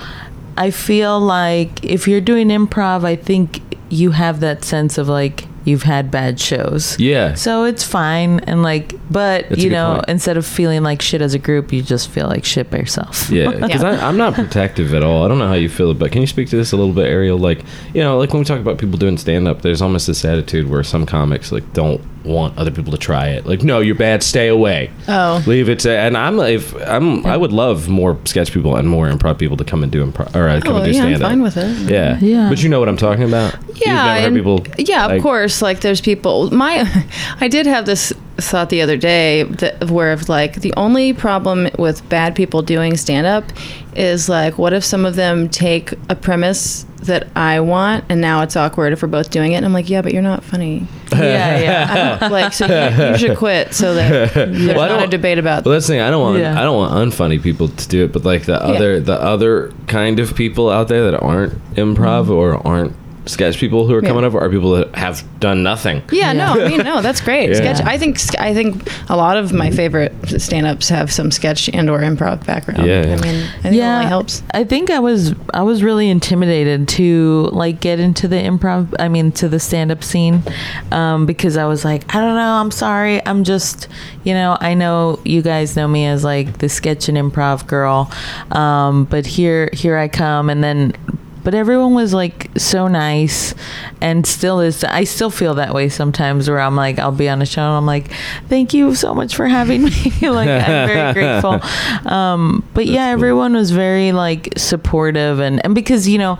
i feel like if you're doing improv i think you have that sense of like you've had bad shows yeah so it's fine and like but That's a you good know point. instead of feeling like shit as a group you just feel like shit by yourself Yeah, because I'm not protective at all. I don't know how you feel about. Can you speak to this a little bit, Ariel? Like, you know, like when we talk about people doing stand up, there's almost this attitude where some comics like don't want other people to try it. Like, no, you're bad. Stay away. Oh. leave it to. And I'm if I'm I would love more sketch people and more improv people to come and do improv or uh, come Oh, and do yeah, I'm stand up. fine with it. Yeah, Yeah. But you know what I'm talking about. Yeah, You've never heard and- people. yeah, like- of course. Like, there's people. My, I did have this thought the other day that where of like the only problem with bad people doing stand up is like, what if some of them take a premise that I want, and now it's awkward if we're both doing it. And I'm like, yeah, but you're not funny. yeah yeah I don't, like, so you, you should quit so that there's Well, I not a don't- debate about. Well, that's the thing. I don't want Yeah. I don't want unfunny people to do it, but like the other the other kind of people out there that aren't improv Mm-hmm. or aren't sketch people who are coming up are people that have done nothing. Yeah. Yeah, no, I mean, no, that's great. Yeah. Sketch. I think I think a lot of my favorite stand-ups have some sketch and or improv background. Yeah. I mean, I think it only helps. I think I was I was really intimidated to like get into the improv. I mean, to the stand up scene, um, because I was like, I don't know. I'm sorry. I'm just, you know, I know you guys know me as like the sketch and improv girl, um, but here here I come, and then. But everyone was like so nice and still is. I still feel that way sometimes where I'm like, I'll be on a show and I'm like, thank you so much for having me. like, I'm very grateful um, but yeah, everyone was very like supportive and and because you know.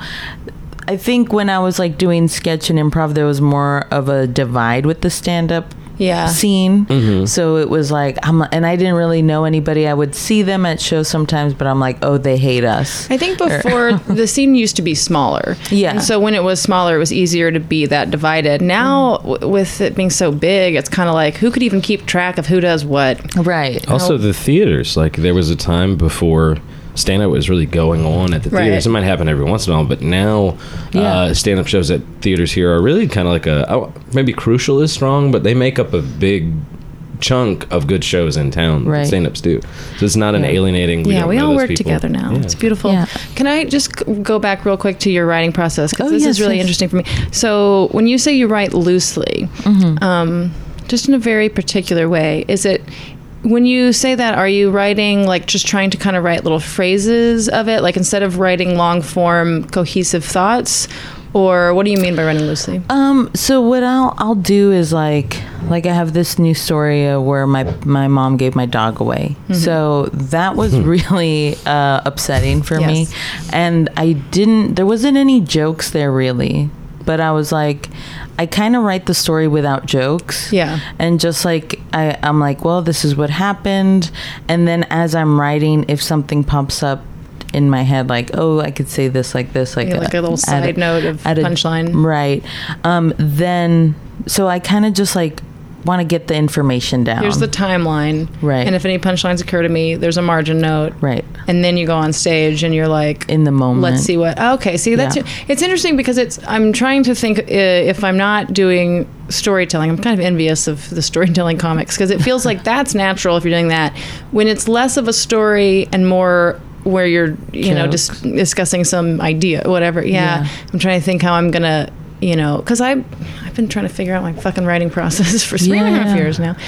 I think when I was like doing sketch and improv, there was more of a divide with the stand up Yeah. scene. So it was like, I'm, and I didn't really know anybody. I would see them at shows sometimes, but I'm like, oh, they hate us. I think before the scene used to be smaller. Er. Yeah. And so when it was smaller, it was easier to be that divided. Now, w- with it being so big, it's kind of like who could even keep track of who does what? Right. Also, the theaters. Like there was a time before stand up was really going on at the Right. theaters. It might happen every once in a while, but now uh, Yeah. stand up shows at theaters here are really kind of like a oh, maybe crucial is strong, but they make up a big chunk of good shows in town. Right. Stand ups do. So it's not an alienating. yeah, don't we know all those work people. together now. Yeah. It's beautiful. Yeah. Can I just c- go back real quick to your writing process? Because Oh, this yes, is really yes. interesting for me. So, when you say you write loosely, Mm-hmm. um, just in a very particular way, is it when you say that, are you writing like just trying to kind of write little phrases of it, like instead of writing long form cohesive thoughts? Or what do you mean by writing loosely? Um, so what I'll I'll do is like like I have this new story uh, where my my mom gave my dog away. Mm-hmm. So that was really uh, upsetting for me, Yes. and I didn't. There wasn't any jokes there really, but I was like, I kind of write the story without jokes. Yeah. and just like I I'm like, well, this is what happened, and then as I'm writing, if something pops up in my head like oh i could say this like this like, Yeah, like a little add side note of add punchline. Right. Um, then, so I kind of just like want to get the information down. Here's the timeline. Um, Right. And if any punchlines occur to me, there's a margin note. right And then you go on stage and you're like, in the moment. let's see what oh, okay see that's Yeah. it's interesting because it's i'm trying to think uh, if i'm not doing storytelling i'm kind of envious of the storytelling comics because it feels like that's natural if you're doing that when it's less of a story and more where you're you know dis- discussing some idea whatever yeah, Yeah. i'm trying to think how i'm gonna you know, because I I've been trying to figure out my fucking writing process for three and a half Yeah. years now.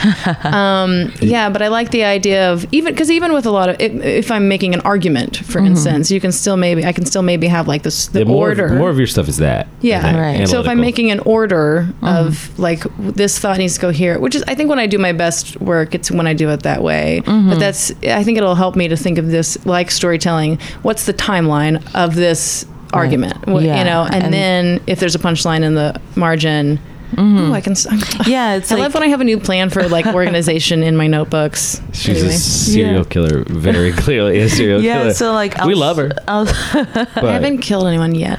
Um, yeah, but I like the idea of even because even with a lot of if, if I'm making an argument, for instance, you can still maybe I can still maybe have like this the Mm-hmm. Yeah, more, order. Of, more of your stuff is that. Yeah. Right. So if I'm making an order Mm-hmm. of like w- this thought needs to go here, which is I think when I do my best work, it's when I do it that way. Mm-hmm. But that's I think it'll help me to think of this like storytelling. What's the timeline of this argument? What- Yeah. You know, and, And- then if there's a punchline in the margin. ooh, I can. s- I'm- Mm-hmm. Yeah, it's I like- love when I have a new plan for like organization in my notebooks. she's a Anyway. serial Yeah. killer, very clearly a serial yeah, killer. so like we I'll love her. s- I'll- but I haven't killed anyone yet.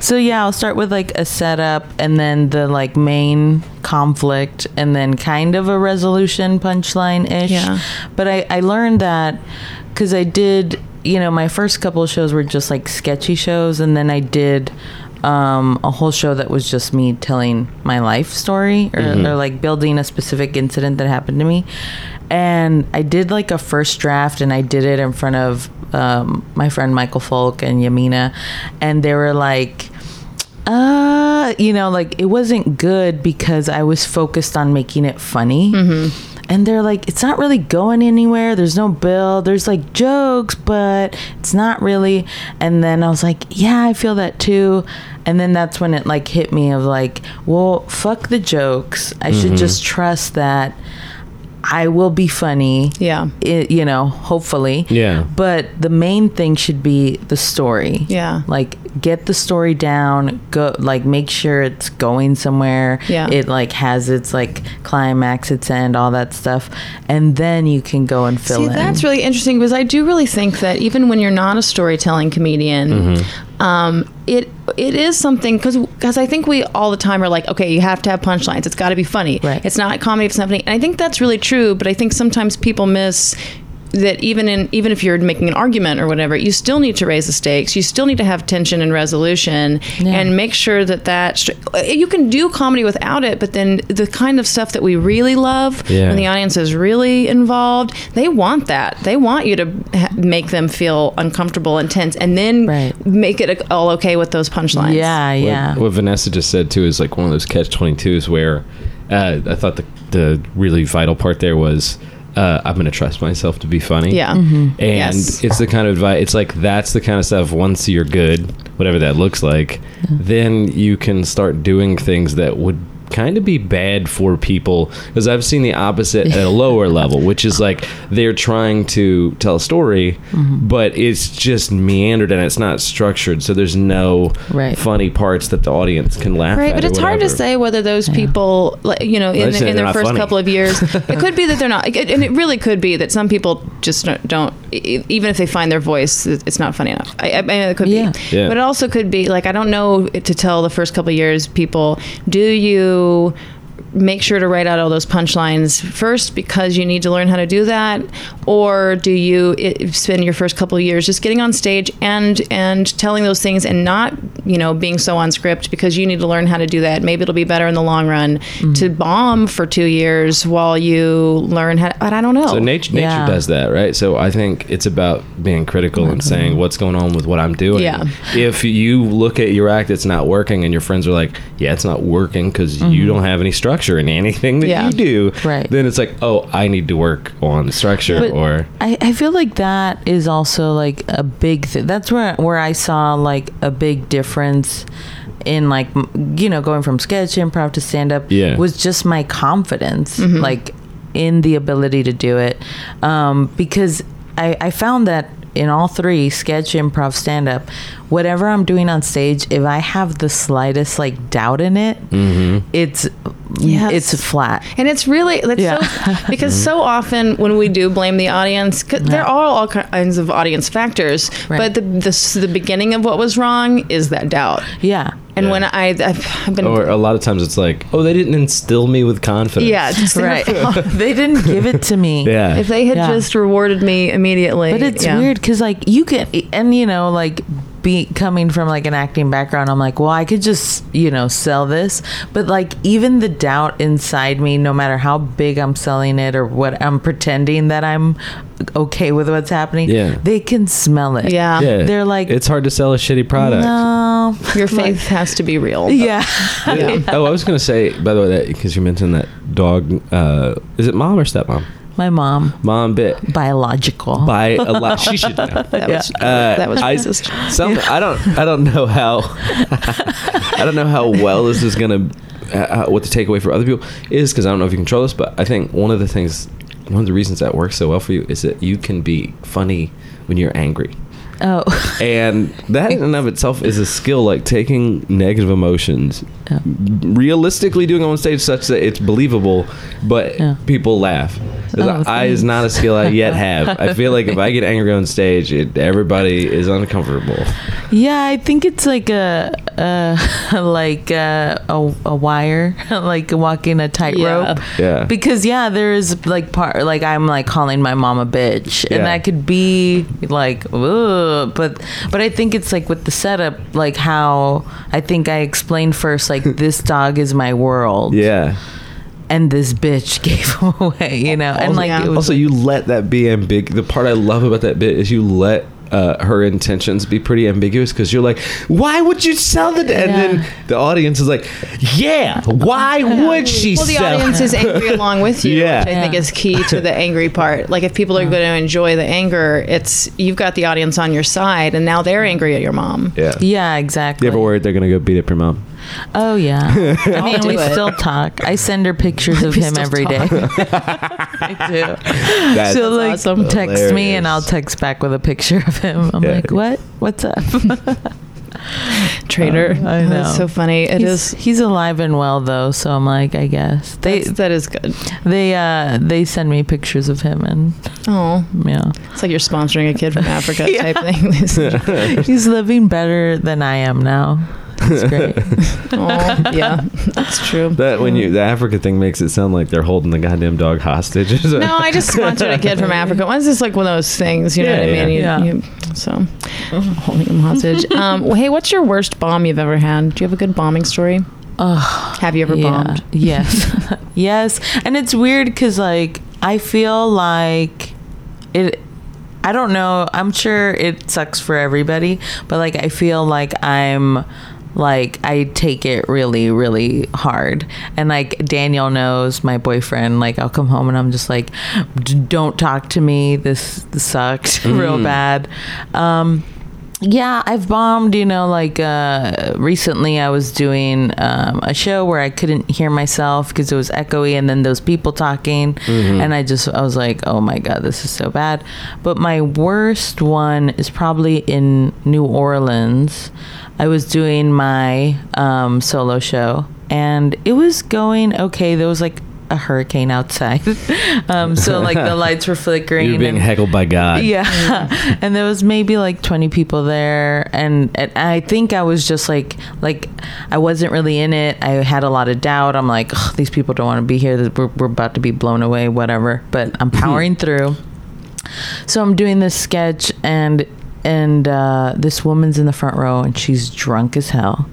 So yeah, I'll start with like a setup and then the like main conflict and then kind of a resolution punchline ish. Yeah. But I, I learned that because I did, you know, my first couple of shows were just like sketchy shows and then I did um, a whole show that was just me telling my life story or, or like building a specific incident that happened to me. And I did like a first draft and I did it in front of um, my friend Michael Folk and Yamina. And they were like, uh, you know, like it wasn't good because I was focused on making it funny. And they're like, it's not really going anywhere. There's no bill. There's like jokes, but it's not really. And then I was like, yeah, I feel that too. And then that's when it like hit me of like, well, fuck the jokes. I should just trust that I will be funny. Yeah. It, you know, hopefully. Yeah. But the main thing should be the story. Yeah. Like get the story down, go like make sure it's going somewhere. Yeah. It like has its like climax, its end, all that stuff. And then you can go and fill See, in. that's really interesting because I do really think that even when you're not a storytelling comedian, Mm-hmm. um, it it is something because I think we all the time are like, okay, you have to have punchlines. It's got to be funny. Right. It's not comedy if it's not funny. And I think that's really true. But I think sometimes people miss that even in even if you're making an argument or whatever, you still need to raise the stakes. You still need to have tension and resolution, and make sure that that you can do comedy without it. But then the kind of stuff that we really love Yeah. when the audience is really involved, they want that. They want you to ha- make them feel uncomfortable and tense, and then Right. make it a- all okay with those punchlines. yeah, What- yeah. What, Vanessa just said too is like one of those catch twenty twos where uh, I thought the the really vital part there was uh, I'm going to trust myself to be funny. Yeah. Mm-hmm. And Mm-hmm. Yes. it's the kind of advice. It's like that's the kind of stuff. Once you're good, whatever that looks like, then you can start doing things that would kind of be bad for people. Because I've seen the opposite at a lower level, which is like they're trying to tell a story, Mm-hmm. but it's just meandered and it's not structured. So there's no Right. funny parts that the audience can laugh Right, at. but or it's hard to whatever. say whether those people, like, you know, in, I'd say in they're their not first funny. couple of years, it could be that they're not, it- and it really could be that some people just don't, don't e- even if they find their voice, it- it's not funny enough. I, I mean, it could Yeah. be, Yeah. but it also could be like I don't know to tell the first couple of years people, do you? Make sure to write out all those punchlines first because you need to learn how to do that, or do you i spend your first couple of years just getting on stage and and telling those things and not you know being so on script because you need to learn how to do that. Maybe it'll be better in the long run to bomb for two years while you learn how. But I don't know. So nature, nature Yeah. does that, right? So I think it's about being critical and saying what's going on with what I'm doing. Mm-hmm. Yeah. If you look at your act, it's not working, and your friends are like, "Yeah, it's not working because you don't have any structure in anything that Mm-hmm. Yeah. you do." Right. Then it's like, "Oh, I need to work on the structure." But or I, I feel like that is also like a big thing. That's where where I saw like a big difference in like m- you know going from sketch improv to stand up Yeah. was just my confidence Mm-hmm. like in the ability to do it um, because I, I found that in all three sketch improv stand up whatever i'm doing on stage if i have the slightest like doubt in it it's Yes. it's flat And it's really that's so, because so often when we do blame the audience, 'cause there are all kinds of audience factors, Right. but the, the s- the beginning of what was wrong is that doubt. yeah And Yeah. when I I've, I've been or a lot of times it's like, "Oh, they didn't instill me with confidence." yeah, it's their right fault. they didn't give it to me Yeah. If they had Yeah. just rewarded me immediately, But it's yeah. weird because like you can, and you know, like be coming from like an acting background, I'm like, well, I could just, you know, sell this. But like even the doubt inside me, no matter how big I'm selling it or what I'm pretending that I'm okay with what's happening, Yeah. they can smell it. Yeah. Yeah. They're like- it's hard to sell a shitty product. No. Your faith has to be real. Yeah. Yeah. Oh, I was gonna say, by the way, because you mentioned that dog. Uh, is it mom or stepmom? My mom, Mom bit biological. by a lot. She should know. Oh. That was, Uh, that was I, racist. some- I don't. I don't know how. I don't know how well this is gonna. Uh, what the takeaway for other people is because I don't know if you control this, but I think one of the things, one of the reasons that works so well for you is that you can be funny when you're angry, oh. and that in and of itself is a skill. Like taking negative emotions, Yeah. realistically doing it on stage such that it's believable, but Yeah. people laugh. Oh, I is thanks. not a skill I yet have. I feel like if I get angry on stage, it, everybody is uncomfortable. Yeah, I think it's like a, a like a, a, a wire, like walking a tightrope. Yeah. Because yeah, there is like part like I'm like calling my mom a bitch, Yeah. and that could be like, Ugh, but but I think it's like with the setup, like how I think I explained first, like this dog is my world, Yeah. and this bitch gave him away, you know, and like Yeah. it was Also, you let that be ambiguous. The part I love about that bit is you let uh, her intentions be pretty ambiguous because you're like, why would you sell the? And Yeah. then the audience is like, yeah, why would she Well, the sell? audience is angry along with you, Yeah. which I think Yeah. is key to the angry part. Like, if people are going to enjoy the anger, it's you've got the audience on your side, and now they're angry at your mom. yeah. yeah, exactly. You ever worried they're gonna go beat up your mom? Oh yeah. I mean, do we it. still talk. I send her pictures of We him still every day. talk. I do. That's, She'll like awesome. text me, Hilarious. and I'll text back with a picture of him. I'm Yeah. like, what? What's up? Traitor. Oh, I That's know. so funny. It he's, is. he's alive and well though, so I'm like, I guess they that's- that is good. they uh they send me pictures of him, and Oh, yeah, it's like you're sponsoring a kid from Africa Yeah. type thing. he's living better than I am now. It's great. oh, yeah, that's true. that when you the Africa thing makes it sound like they're holding the goddamn dog hostage. No, I just sponsored a kid from Africa. Once it's like one of those things, you know Yeah, what I mean? yeah. You- Yeah. you- so holding him hostage. Um, well, hey, what's your worst bomb you've ever had? Do you have a good bombing story? Ugh. Have you ever bombed? Yes. yes. And it's weird because, like, I feel like it. I don't know. I'm sure it sucks for everybody, but like I feel like I'm like I take it really really hard. And like Daniel knows my boyfriend, like I'll come home and I'm just like "D- don't talk to me. This, this sucked Mm. real bad. Um yeah, I've bombed, you know, like uh, recently I was doing um, a show where I couldn't hear myself because it was echoey and then those people talking. And I just, I was like, oh my God, this is so bad. But my worst one is probably in New Orleans. I was doing my um, solo show and it was going okay. There was like a hurricane outside. um, so like the lights were flickering. You're being and- heckled by God. yeah. and there was maybe like 20 people there and, and I think I was just like like I wasn't really in it. I had a lot of doubt. I'm like "Ugh, these people don't want to be here. That We're, we're about to be blown away whatever, but I'm powering through. So I'm doing this sketch and and uh, this woman's in the front row and she's drunk as hell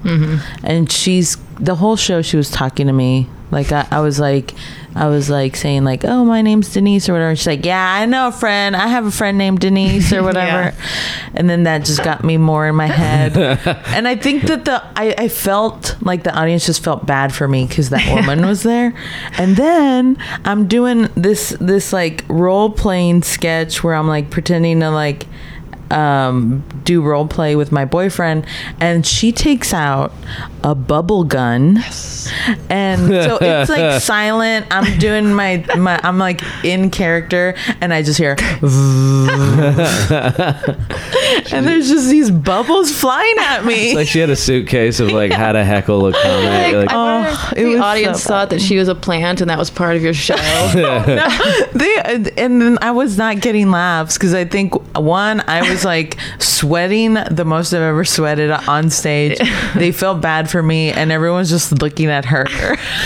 and she's the whole show she was talking to me like I, I was like i was like saying like oh my name's denise or whatever she's like yeah i know a friend i have a friend named denise or whatever and then that just got me more in my head and i think that the i, I felt like the audience just felt bad for me because that woman was there and then i'm doing this this like role playing sketch where i'm like pretending to like um, do role play with my boyfriend, and she takes out a bubble gun, and so it's like silent. I'm doing my my I'm like in character, and I just hear, and there's just these bubbles flying at me. It's like she had a suitcase of like how to heckle a comic. You're like, I wonder if oh, it was the so audience bad. thought that she was a plant and that was part of your show. they and then I was not getting laughs because I think one I was like sweating the most I've ever sweated on stage. they felt bad for me, and everyone's just looking at her.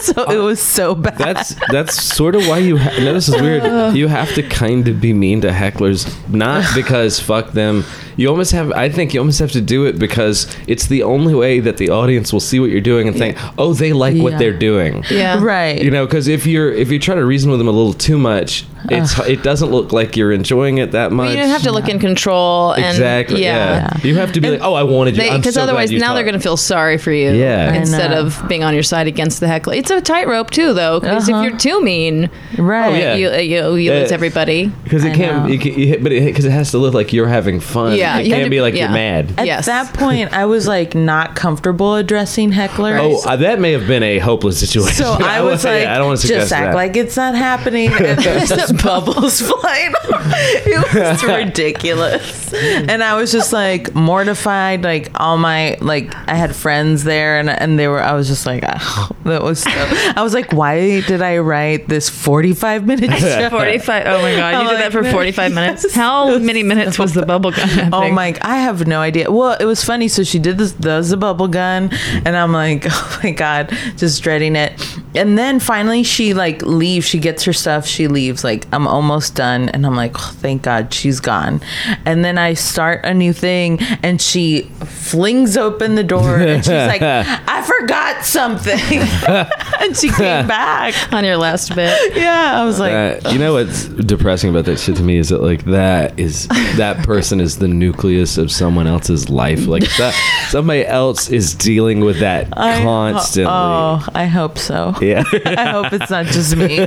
so it was so bad. That's that's sort of why you. Ha- no, this is weird. You have to kind of be mean to hecklers, not because fuck them. You almost have. I think you almost have to do it because it's the only way that the audience will see what you're doing and think, "Oh, they like what Yeah. they're doing." Yeah. Right. You know, because if you're if you try to reason with them a little too much, it's it doesn't look like you're enjoying it that much. But you don't have to look in control. And, exactly. Yeah. Yeah. you have to be like, "Oh, I wanted you." I'm Because so glad otherwise, you now they're taught." going to feel sorry for you. Yeah. I Instead know. of being on your side against the heckler. It's a tightrope, too, though. Because Uh-huh. if you're too mean, Right. Oh, yeah. you, you, you lose Uh, everybody. Because it I can't, know. you can, you, hit- but because it, has to look like you're having fun. Yeah, it you have can't to- be like yeah. you're mad. At Yes. that point, I was like not comfortable addressing hecklers. Oh, uh, that may have been a hopeless situation. So I was yeah, like, I don't want to just suggest act that. like it's not happening. And there's just bubbles flying. up. it was ridiculous. And I was just like mortified. Like all my like I had friends there, and and they were. I was just like, oh, that was. So, I was like, why did I write this forty-five minute show? 45. Oh, my God. You I'm did that like, for "Man, 45 minutes. How many minutes was the bubble gum? Oh happening? my! I have no idea. Well, it was funny. So she did this, does the bubble gun, and I'm like, oh my god, just dreading it. And then finally, she like leaves. She gets her stuff. She leaves. Like I'm almost done, and I'm like, oh, thank God she's gone. And then I start a new thing, and she flings open the door, and she's like, I forgot something, and she came back. On your last bit. Yeah, I was like, Uh, you know what's depressing about that shit to me is that like that is that person is the nucleus of someone else's life. Like that, somebody else is dealing with that I- constantly. Oh, I hope so. Yeah. I hope it's not just me.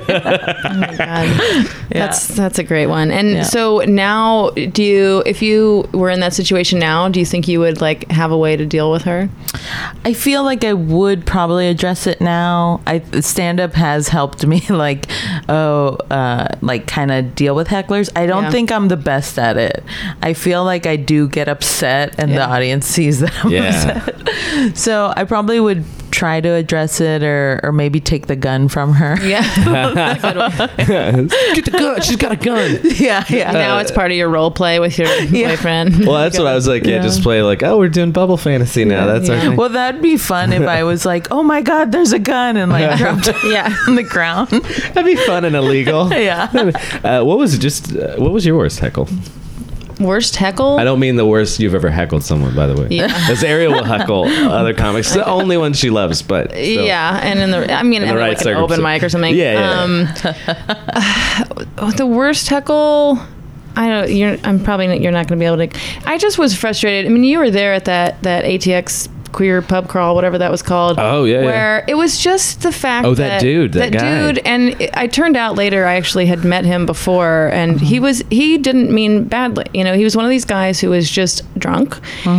Yeah. That's that's a great one. And Yeah. so now, do you, if you were in that situation now, do you think you would like have a way to deal with her? I feel like I would probably address it now. I stand up has helped me like oh uh like kind of deal with hecklers. I don't Yeah. think I'm the best at it. I feel like I do get upset and the Yeah. audience sees that I'm Yeah. upset. So I probably would try to address it or or maybe take the gun from her. Yeah. Get the gun. She's got a gun. yeah, yeah. now it's part of your role play with your boyfriend. Well, that's what I was like. Yeah, just play like, oh, we're doing bubble fantasy now. That's our Yeah. thing. Well, that'd be fun if I was like, "Oh my God, there's a gun!" and like dropped it yeah. on the ground. That'd be fun and illegal. yeah, Uh, what was it? Just uh, what was your worst heckle? Worst heckle? I don't mean the worst you've ever heckled someone, by the way. Yeah. Because Ariel will heckle other comics. It's the only one she loves, but still. Yeah, and in the I mean, the I mean, right like an open circumstance. mic or something. Yeah, yeah, Um, the worst heckle. I don't. You're. I'm probably. Not, you're not going to be able to. I just was frustrated. I mean, you were there at that that ATX queer pub crawl, whatever that was called. Oh, yeah, yeah. Where it was just the fact. Oh, that dude, that guy. dude, and it- I turned out later I actually had met him before, and Mm-hmm. he was he didn't mean badly. You know, he was one of these guys who was just drunk,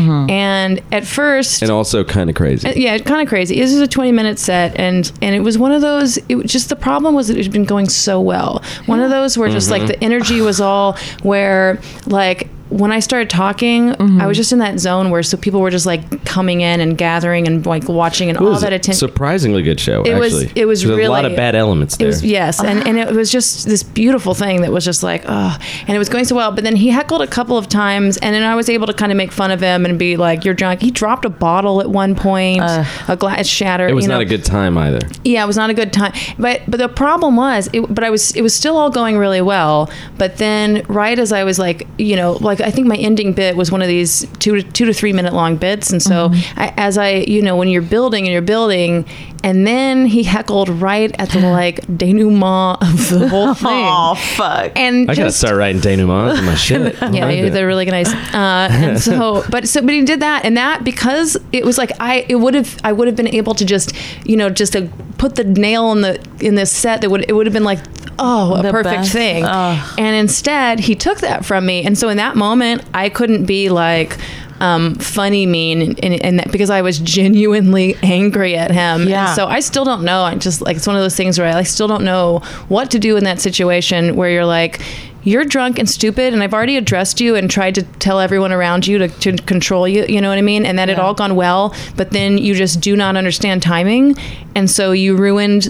and at first Mm-hmm. And also kind of crazy. yeah, kind of crazy. This is a 20 minute set, and and it was one of those. It was just the problem was that it had been going so well. One of those where just like Mm-hmm. the energy was all where like. When I started talking, I Mm-hmm. was just in that zone where so people were just like coming in and gathering and like watching and It all was that a attention. Surprisingly good show. It was- actually. it was There's a lot really- of bad elements It there. was yes, and and it was just this beautiful thing that was just like oh, and it was going so well. But then he heckled a couple of times, and then I was able to kind of make fun of him and be like, "You're drunk." He dropped a bottle at one point, a glass shattered. It was you not know. a good time either. yeah, it was not a good time. But but the problem was, it, but I was it was still all going really well. But then right as I was like, you know, like I think my ending bit was one of these two to two to three minute long bits, and so I, as I you know when you're building and you're building, and then he heckled right at the like denouement of the whole thing. Oh fuck. And I gotta just start writing denouement on my shit. yeah, Mind yeah, it. they're really nice. Uh, and so, but so, but he did that, and that because it was like I, it would have, I would have been able to just, you know, just to put the nail in the in this set that would it would have been like, oh, a The perfect best. Oh, thing. Ugh. And instead, he took that from me, and so in that moment, I couldn't be like. Um, funny, mean, and, and, and that because I was genuinely angry at him. Yeah. And so I still don't know. I just like it's one of those things where I like, still don't know what to do in that situation where you're like, you're drunk and stupid, and I've already addressed you and tried to tell everyone around you to, to control you. You know what I mean? And that had Yeah. all gone well, but then you just do not understand timing, and so you ruined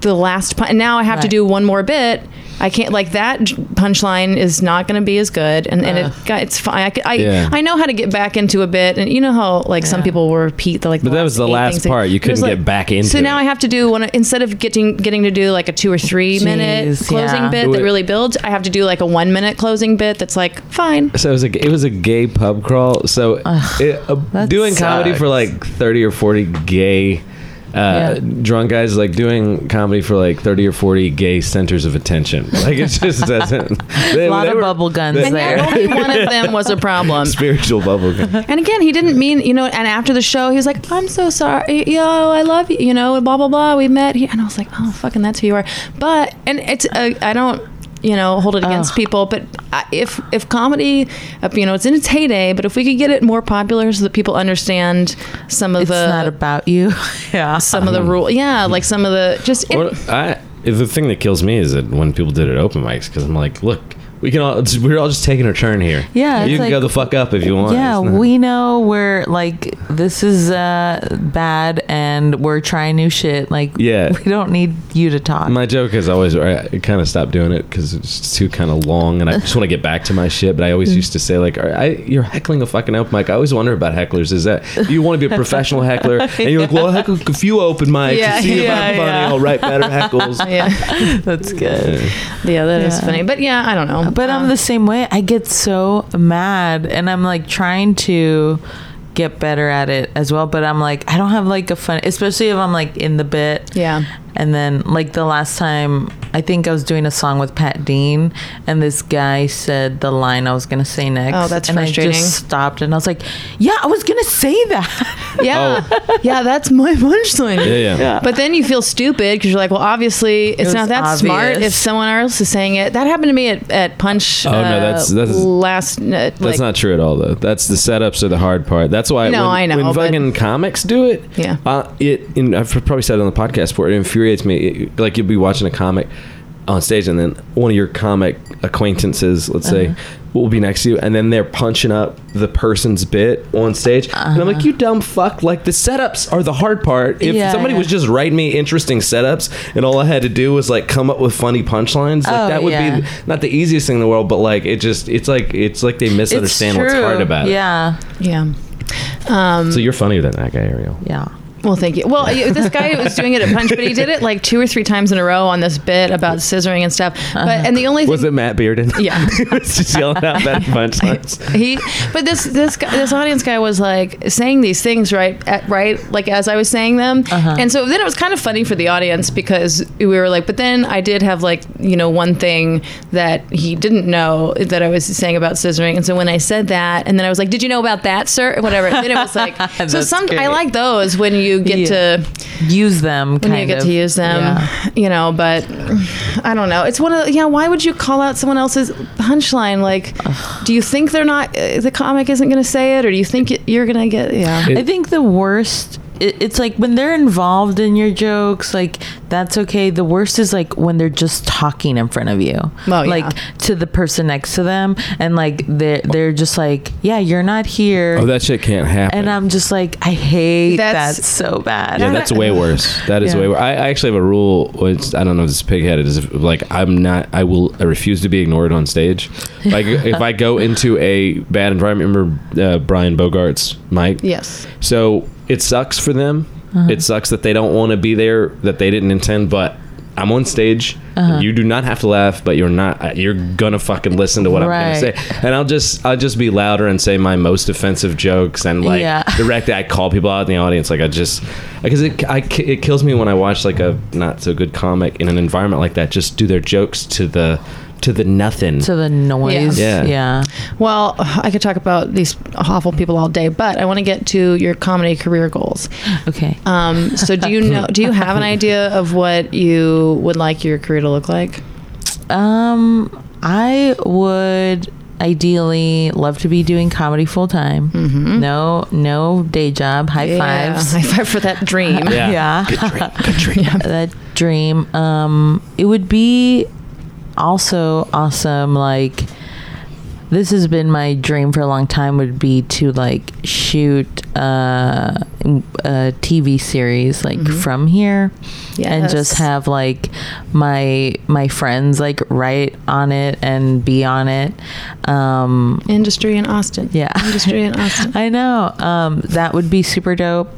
the last punch. Now I have to Right. do one more bit. I can't like that j- punchline is not going to be as good, and, and Ugh. it got it's fine. I, c- I- Yeah. I know how to get back into a bit, and you know how like some Yeah. people will repeat the like. But that was the eight last things they- part. You It was couldn't get back into So now it. I have to do one instead of getting getting to do like a two or three minute Jeez, closing yeah. bit Wait. that really builds. I have to do like a one minute closing bit that's like fine. So it was a it was a gay pub crawl. So it, uh, that doing comedy for sucks. like thirty or forty gay uh, Yeah. drunk guys, like doing comedy for like thirty or forty gay centers of attention. Like it just doesn't. They, A lot they of were bubble guns they- And there. only one of them was a problem. Spiritual bubble gum. And again, he didn't mean, you know, and after the show, he was like, I'm so sorry. Yo, I love you, you know, and blah, blah, blah. We met. He, and I was like, oh, fucking, that's who you are. But, and it's, uh, I don't, you know, hold it against Ugh. people, but I- if, if comedy, uh, you know, it's in its heyday, but if we could get it more popular so that people understand some of It's the, not about you. yeah. some of the rule. Yeah. Like some of the, just, it- Or I the thing that kills me is that when people did it at open mics because I'm like, look, we can all we're all just taking a turn here. Yeah, you it's can go like- the fuck up if you want. Yeah, It's not- we know we're like this is uh bad and we're trying new shit. Like Yeah. we don't need you to talk. My joke is always I kind of stopped doing it because it's too kind of long, and I just want to get back to my shit. But I Mm-hmm. always used to say like, "All right, I, "You're heckling a fucking open mic." I always wonder about hecklers. Is that you want to be a professional heckler, and you're like, "Well, I heckle a few open mics Yeah, to yeah, see if I'm yeah. funny. I'll write better heckles." yeah. That's good. Yeah. that is Yeah. funny. But um, yeah, I don't know. But I'm the same way. I get so mad and I'm like trying to get better at it as well, but I'm like I don't have like a fun especially if I'm like in the bit. Yeah. And then like the last time I think I was doing a song with Pat Dean and this guy said the line I was gonna say next. Oh, that's and I frustrating. just stopped and I was like, Yeah, I was gonna say that. Yeah. Yeah. That's my punchline. Oh, Yeah, yeah. But then you feel stupid because you're like, well, obviously it's was not that smart obvious. if someone else is saying it. That happened to me at, at Punch. Oh, no, uh, that's- that's- last. Uh, that's That's not true at all, though. That's the setups are the hard part. That's why No, when, I know, when but- fucking comics do it, Yeah. uh, it. And I've probably said it on the podcast before. It infuriates me. It- like you'll be watching a comic on stage, and then one of your comic acquaintances, let's Uh-huh. say, will be next to you, and then they're punching up the person's bit on stage, and I'm Uh-huh. like, you dumb fuck! Like the setups are the hard part. If Yeah, somebody yeah. was just writing me interesting setups, and all I had to do was like come up with funny punchlines, like Oh, that would yeah. be not the easiest thing in the world, but like it just it's like it's like they misunderstand what's hard about it. Yeah. Yeah. Um, So you're funnier than that guy, Ariel. Yeah. Well, thank you. Well, you- this guy was doing it at Punch, but he did it like two or three times in a row on this bit about scissoring and stuff. Uh-huh. But and the only thing Was it Matt Bearden? Yeah. he was just yelling out bad punchlines. he but this this guy, this audience guy was like saying these things right at right like as i was saying them Uh-huh. and so then it was kind of funny for the audience because we were like but then i did have like you know one thing that he didn't know that i was saying about scissoring and so when i said that and then i was like did you know about that sir or whatever and then it was like so That's some i great. like those when you get Yeah. to Use them kind when you get of. to use them Yeah. you know but i don't know it's one of the, yeah why would you call out someone else's punchline like do you think they're not uh, the comic isn't going to say it or do you think y- you're going to get yeah It- I think the worst. It, it's like when they're involved in your jokes, like that's okay. The worst is like when they're just talking in front of you, Oh, yeah. like to the person next to them, and like they are they're just like, yeah, you're not here, Oh, that shit can't happen. and um, I'm just like, I hate That's- that so bad. yeah, that's way worse. That is Yeah. way worse. I, I actually have a rule. It's, I don't know if it's pigheaded. Is if, like I'm not. I will. I refuse to be ignored on stage. Like if I go into a bad environment. Remember uh, Brian Bogart's mic? yes So it sucks for them. Uh-huh. It sucks that they don't want to be there, that they didn't intend. But I'm on stage. Uh-huh. You do not have to laugh, but you're not. uh, You're gonna fucking listen to what I'm Right. gonna say, and I'll just I'll just be louder and say my most offensive jokes and like Yeah. directly I call people out in the audience. Like I just because it I, it kills me when I watch like a not so good comic in an environment like that just do their jokes to the to the nothing. To the noise, Yeah. yeah. well i could talk about these awful people all day but i want to get to your comedy career goals Okay. um, so do you know do you have an idea of what you would like your career to look like Um, I would ideally love to be doing comedy full time. No, no day job. High Yeah, fives. high five for that dream Yeah. yeah. that dream. Um, it would be also awesome, like this has been my dream for a long time would be to like shoot uh, a TV series like from here and just Yes. have like my my friends like write on it and be on it um Industry in Austin. Yeah. Industry in Austin. I know. Um, that would be super dope.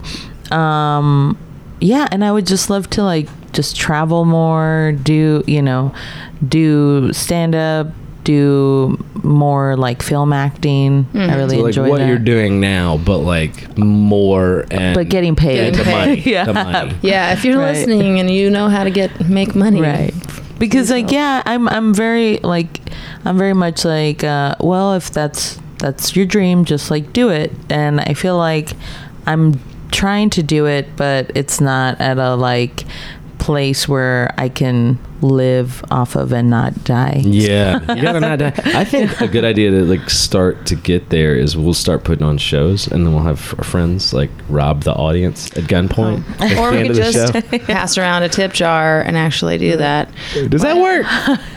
Um, yeah, and I would just love to like just travel more, do you know, do stand up, do more like film acting. I really So, like enjoy what that. you're doing now, but like more and but getting paid. and the money, Yeah. the money. yeah, if you're Right. listening and you know how to get make money, right because like yeah i'm i'm very like i'm very much like uh well if that's that's your dream just like do it and i feel like i'm trying to do it but it's not at a like place where i can live off of and not die Yeah, you gotta not die. I think a good idea to like start to get there is we'll start putting on shows, and then we'll have our friends like rob the audience at gunpoint. at the Or we end could of the just show. pass around a tip jar and actually do that. Does that work?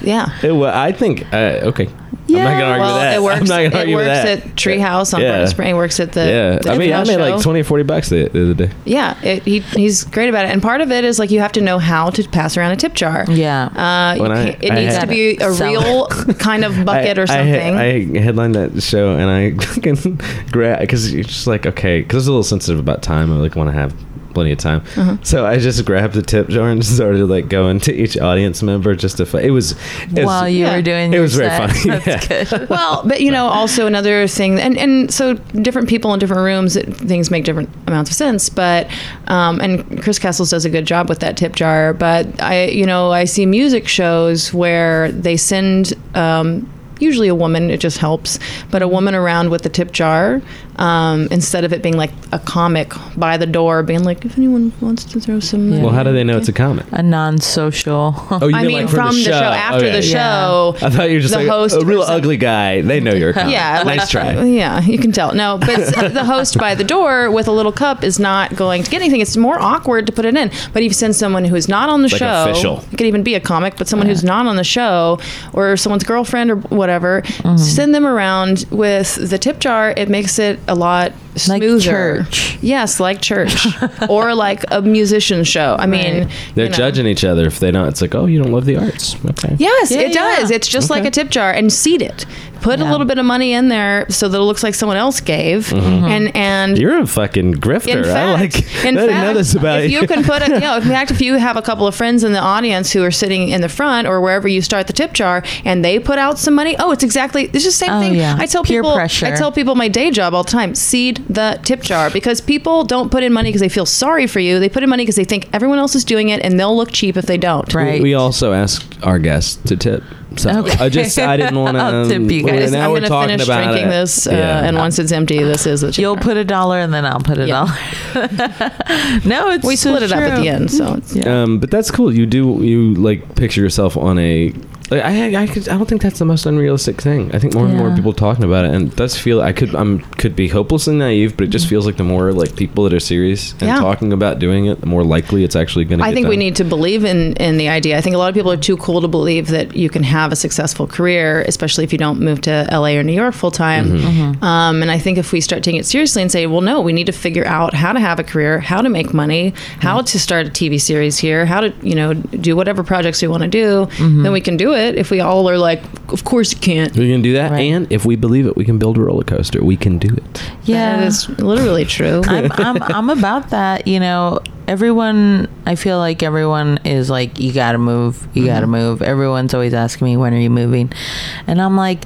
Yeah. It, well, I think uh, okay. I'm not gonna argue with that. It works. I'm not gonna it argue works with at that. Treehouse on Yeah. Furnace Spring. It works at the yeah, the I mean, I Treehouse made show. like 20, 40 bucks the, the other day. Yeah, it, he he's great about it. And part of it is like you have to know how to pass around a tip jar. Yeah. Uh, you When I- can't- it I needs had- to be a Sell real kind of bucket I, or something. I, I headlined that show and I fucking grab because you're just like okay because I was a little sensitive about time. I like want to have plenty of time, Uh-huh. so I just grabbed the tip jar and started like going to each audience member just to. Fi- it was it was, while you yeah. were doing It your was very set. funny, that's yeah. good well, but you know, also another thing, and and so different people in different rooms, it, things make different amounts of sense. But um, and Chris Castles does a good job with that tip jar. But I, you know, I see music shows where they send. Um, Usually a woman, it just helps, but a woman around with the tip jar, um, instead of it being like a comic by the door, being like, if anyone wants to throw some, well, how do they know it's a comic? a non-social Oh, you I mean, like, from, the show, after Okay. the show, I thought you were just the like "Oh, host a real person- ugly guy. They know you're a comic. Yeah, like- nice try. Yeah, you can tell. No, but s- the host by the door with a little cup is not going to get anything. It's more awkward to put it in. But if you send someone who's not on the Like show, official. it could even be a comic, but someone who's not on the show or someone's girlfriend or whatever, Mm-hmm. send them around with the tip jar. It makes it a lot Like smoother. church. Yes, like church or like a musician show. I mean, Right. They're you know. judging each other if they don't. It's like, oh, you don't love the arts. Okay. Yes, Yeah, it does. yeah. It's just like a tip jar and seed it. Put Yeah. a little bit of money in there so that it looks like someone else gave. And and You're a fucking grifter. in fact, I like. in I didn't fact, know this about if you can put a, you know, in fact, if you have a couple of friends in the audience who are sitting in the front or wherever you start the tip jar, and they put out some money, oh, it's exactly it's just the same Oh, thing. yeah. I tell Peer people, pressure. I tell people my day job all the time: seed the tip jar because people don't put in money because they feel sorry for you. They put in money because they think everyone else is doing it, and they'll look cheap if they don't. Right. We, we also asked our guests to tip. So Okay. I just I didn't um, want I'll to. tip you guys. I'm gonna finish drinking this, uh, and once it's empty, this is the. you'll cheaper. put a dollar and then i'll put a Yeah. dollar no it's we so split it up at true. the end, so it's, Um, but that's cool. You do you like picture yourself on a. Like, I I, could, I don't think that's the most unrealistic thing. I think more and more Yeah. people talking about it, and it does feel I could I'm could be hopelessly naive, but it just feels like the more like people that are serious and Mm-hmm. Yeah. talking about doing it, the more likely it's actually going to. I think we need to believe in in the idea. I think a lot of people are too cool to believe that you can have a successful career, especially if you don't move to LA or New York full time. Um, and I think if we start taking it seriously and say, well, no, we need to figure out how to have a career, how to make money, how to start a TV series here, how to you know do whatever projects we want to do, then we can do it. If we all are like, of course you can't. We can do that, Right. and if we believe it, we can build a roller coaster. We can do it. yeah That is literally true. I'm, I'm, I'm about that. You know, everyone, I feel like everyone is like, you gotta move, you Mm-hmm. gotta move. Everyone's always asking me, when are you moving? And I'm like,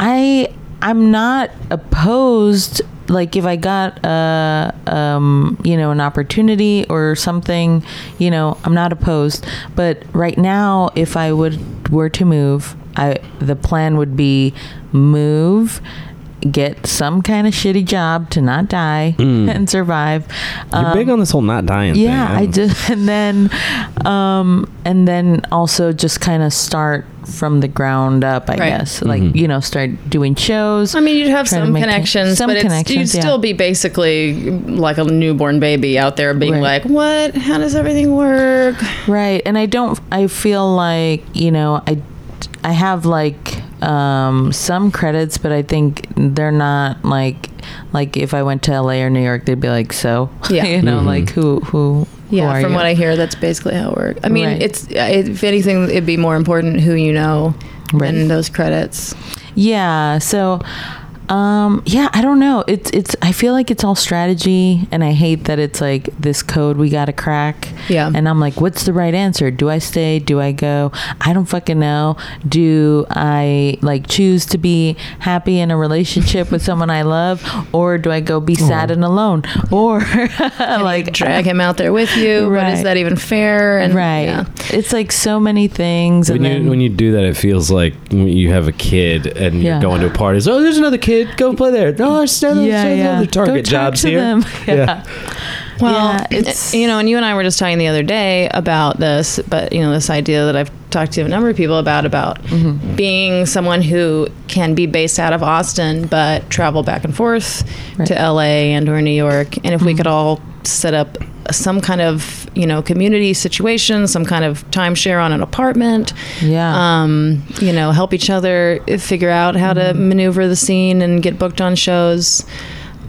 I, I'm not opposed. Like if I got a, um, you know, an opportunity or something, you know, I'm not opposed. But right now, if I would were to move, I the plan would be move get some kind of shitty job to not die and survive. Hmm. You're Um, big on this whole not dying. yeah, thing. I just and then, um, and then also just kind of start from the ground up. I Right. guess like Mm-hmm. you know start doing shows. I mean, you'd have trying to some make it- connections, some but it's, connections, you'd yeah. still be basically like a newborn baby out there being Right. like, what? How does everything work? Right. And I don't I feel like, you know, I I have like um, some credits, but I think they're not like like if I went to LA or New York, they'd be like, so Yeah. you Mm-hmm. know, like who who who Yeah, are from you? what I hear, that's basically how it works. I mean, Right. it's if anything, it'd be more important who you know Right. than those credits. Yeah. So, um, yeah, I don't know. It's it's. I feel like it's all strategy, and I hate that it's like this code we gotta crack. Yeah. And I'm like, what's the right answer? Do I stay? Do I go? I don't fucking know. Do I like choose to be happy in a relationship with someone I love, or do I go be sad and alone, or like Drag him out there with you. But is Right. that even fair? And Right. yeah. It's like so many things. When and then, you when you do that, it feels like you have a kid and Yeah. you're going to a party. It's, oh, there's another kid. Go play there. No, there's another, yeah, there's yeah. another Go target talk jobs to here. them. yeah. Well, Yeah, it's- you know, and you and I were just talking the other day about this, but you know, this idea that I've talked to a number of people about about Mm-hmm. being someone who can be based out of Austin but travel back and forth to LA and or New York, and if Mm-hmm. we could all set up some kind of you know community situation, some kind of timeshare on an apartment, Yeah. um, you know, help each other eh, figure out how to Mm-hmm. maneuver the scene and get booked on shows.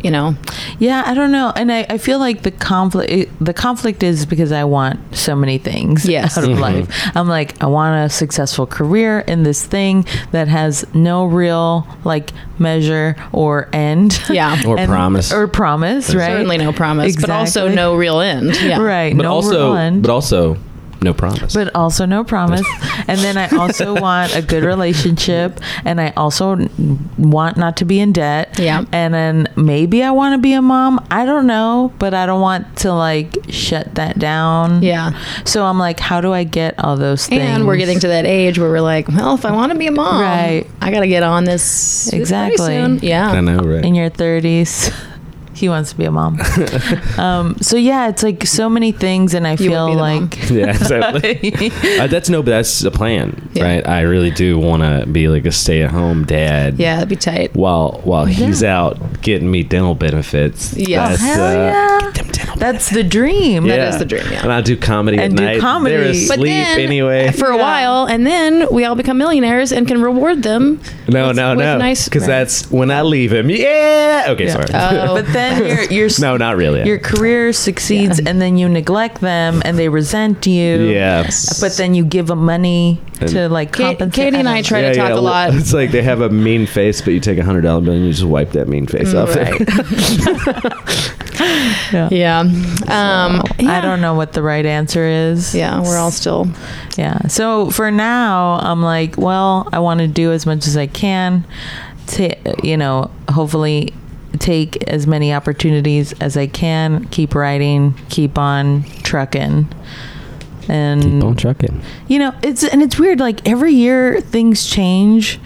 You know, Yeah, I don't know, and I, I feel like the conflict it- the conflict is because I want so many things Yes. out Mm-hmm. of life. I'm like, I want a successful career in this thing that has no real like measure or end. Yeah. Or promise. or promise, right? certainly no promise, but also Exactly. no real end. Yeah. right. But no also, real end. but also, no promise. but also no promise. and then I also want a good relationship, and I also n- want not to be in debt. Yeah. And then maybe I want to be a mom. I don't know, but I don't want to like shut that down. Yeah. So I'm like, how do I get all those things? And we're getting to that age where we're like, well, if I want to be a mom, Right. I got to get on this pretty Exactly. soon. I um, Yeah. know, right? in your 30s. He wants to be a mom. um, so yeah, it's like so many things, and I You feel wanna like yeah, exactly. Uh, that's no, but that's the plan, Yeah. right? I really do want to be like a stay-at-home dad. Yeah, that'd be tight. While while he's out getting me dental benefits. Yeah. That's, hell uh, yeah, that's the dream. yeah. is the dream, yeah. And I do comedy And at do night. comedy. They're But asleep But then, anyway. for a while, and then we all become millionaires and can reward them. no, with- no, with no. nice- Because that's when I leave him. Yeah. Okay, Yeah. sorry. Oh. But then you're you're no, not really. your career succeeds and then you neglect them and they resent you yeah. but then you give them money to like Ka- compensate Katie and I try Yeah, to talk yeah, a lot. It's like they have a mean face, but you take a hundred dollar bill and you just wipe that mean face Mm, off. Yeah. Um, i don't know what the right answer is yeah, we're all still. yeah so for now i'm like well i want to do as much as i can to you know hopefully take as many opportunities as i can keep writing keep on trucking and truck it. you know it's and it's weird like every year things change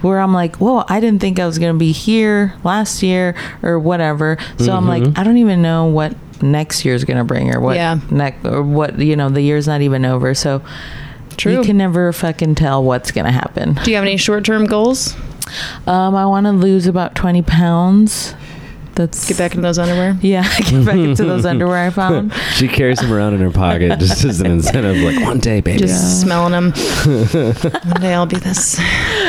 where i'm like whoa i didn't think i was gonna be here last year or whatever so i'm like i don't even know what next year's gonna bring or what Yeah. next or what you know the year's not even over so True. you can never fucking tell what's gonna happen Do you have any short term goals? um i want to lose about 20 pounds that's Get back into those underwear. yeah get back into those underwear i found She carries them around in her pocket just as an incentive. Like one day, baby. Just smelling them. One day I'll be this.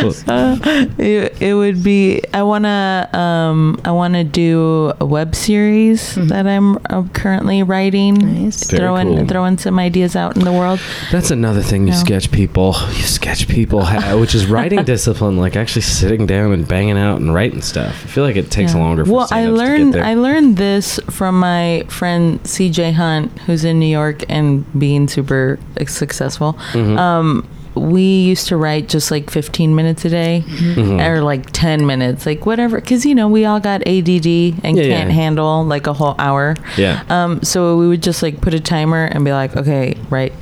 it, it would be i want to um i want to do a web series that i'm uh, currently writing Nice. Very throwing cool. throwing some ideas out in the world That's another thing you No. sketch people. You sketch people, ha- which is writing discipline, like actually sitting down and banging out and writing stuff. I feel like it takes longer. For well i stand-ups to get learned there. i learned this from my friend cj hunt who's in new york and being super uh, successful Mm-hmm. um we used to write just like 15 minutes a day Mm-hmm. or like 10 minutes like whatever because you know we all got add and can't yeah. handle like a whole hour Yeah. Um, so we would just like put a timer and be like, okay, write,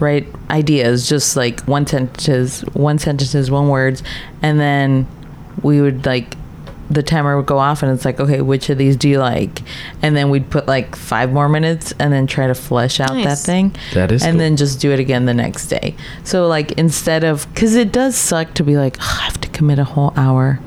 write ideas, just like one sentences, one sentences, one words, and then we would like the timer would go off and it's like, okay, which of these do you like? And then we'd put like five more minutes and then try to flesh out that Nice. thing. That is and cool. then just do it again the next day. So like instead of because it does suck to be like, "Ugh, I have to commit a whole hour.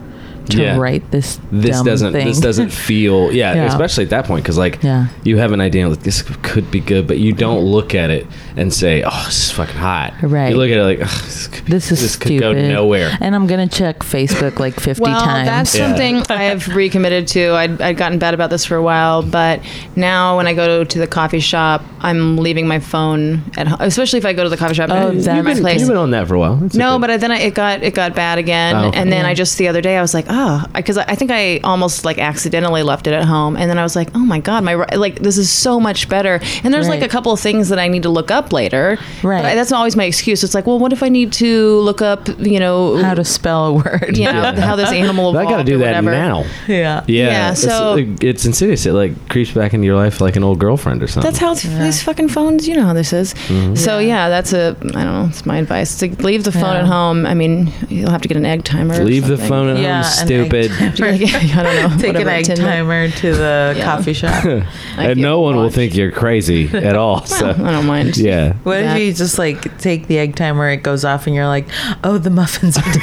to Yeah. write this. this dumb doesn't Thing. this doesn't feel yeah, Yeah. especially at that point because like Yeah. you have an idea like this could be good but you don't look at it and say oh this is fucking hot Right. you look at it like "Ugh, this, could be, This is this could stupid. go nowhere And I'm gonna check Facebook like 50 well, times. that's Yeah. something I have recommitted to. I'd, I'd gotten bad about this for a while, but now when I go to the coffee shop, I'm leaving my phone at home, especially if I go to the coffee shop Oh, and that's my good. place. you've been on that for a while That's a No, good- but I, then I, it got it got bad again, Oh. and then Yeah. I just the other day I was like, oh, because I, I think I almost like accidentally left it at home, and then I was like, oh my god, my ri- like this is so much better. And there's like Right. a couple of things that I need to look up later. Right. But I, that's always my excuse. It's like, well, what if I need to look up, you know, how to spell a word. you know, Yeah. how this animal But evolved I gotta do or that whatever. now Yeah. yeah, Yeah, so- it's, like, it's insidious it like creeps back into your life like an old girlfriend or something That's how it's, these fucking phones. You know how this is. Mm-hmm. So yeah, that's a. I don't know. It's my advice to leave the phone Yeah. at home. I mean, you'll have to get an egg timer. or leave the something. phone at Yeah, home an egg stupid timer. Like, I don't know. Take an whatever, egg 10 minutes. timer to the Yeah. coffee shop. I and no feel one will watched. think you're crazy at all so I don't mind. yeah What That- if you just like take the egg timer, it goes off, and you're like, oh, the muffins are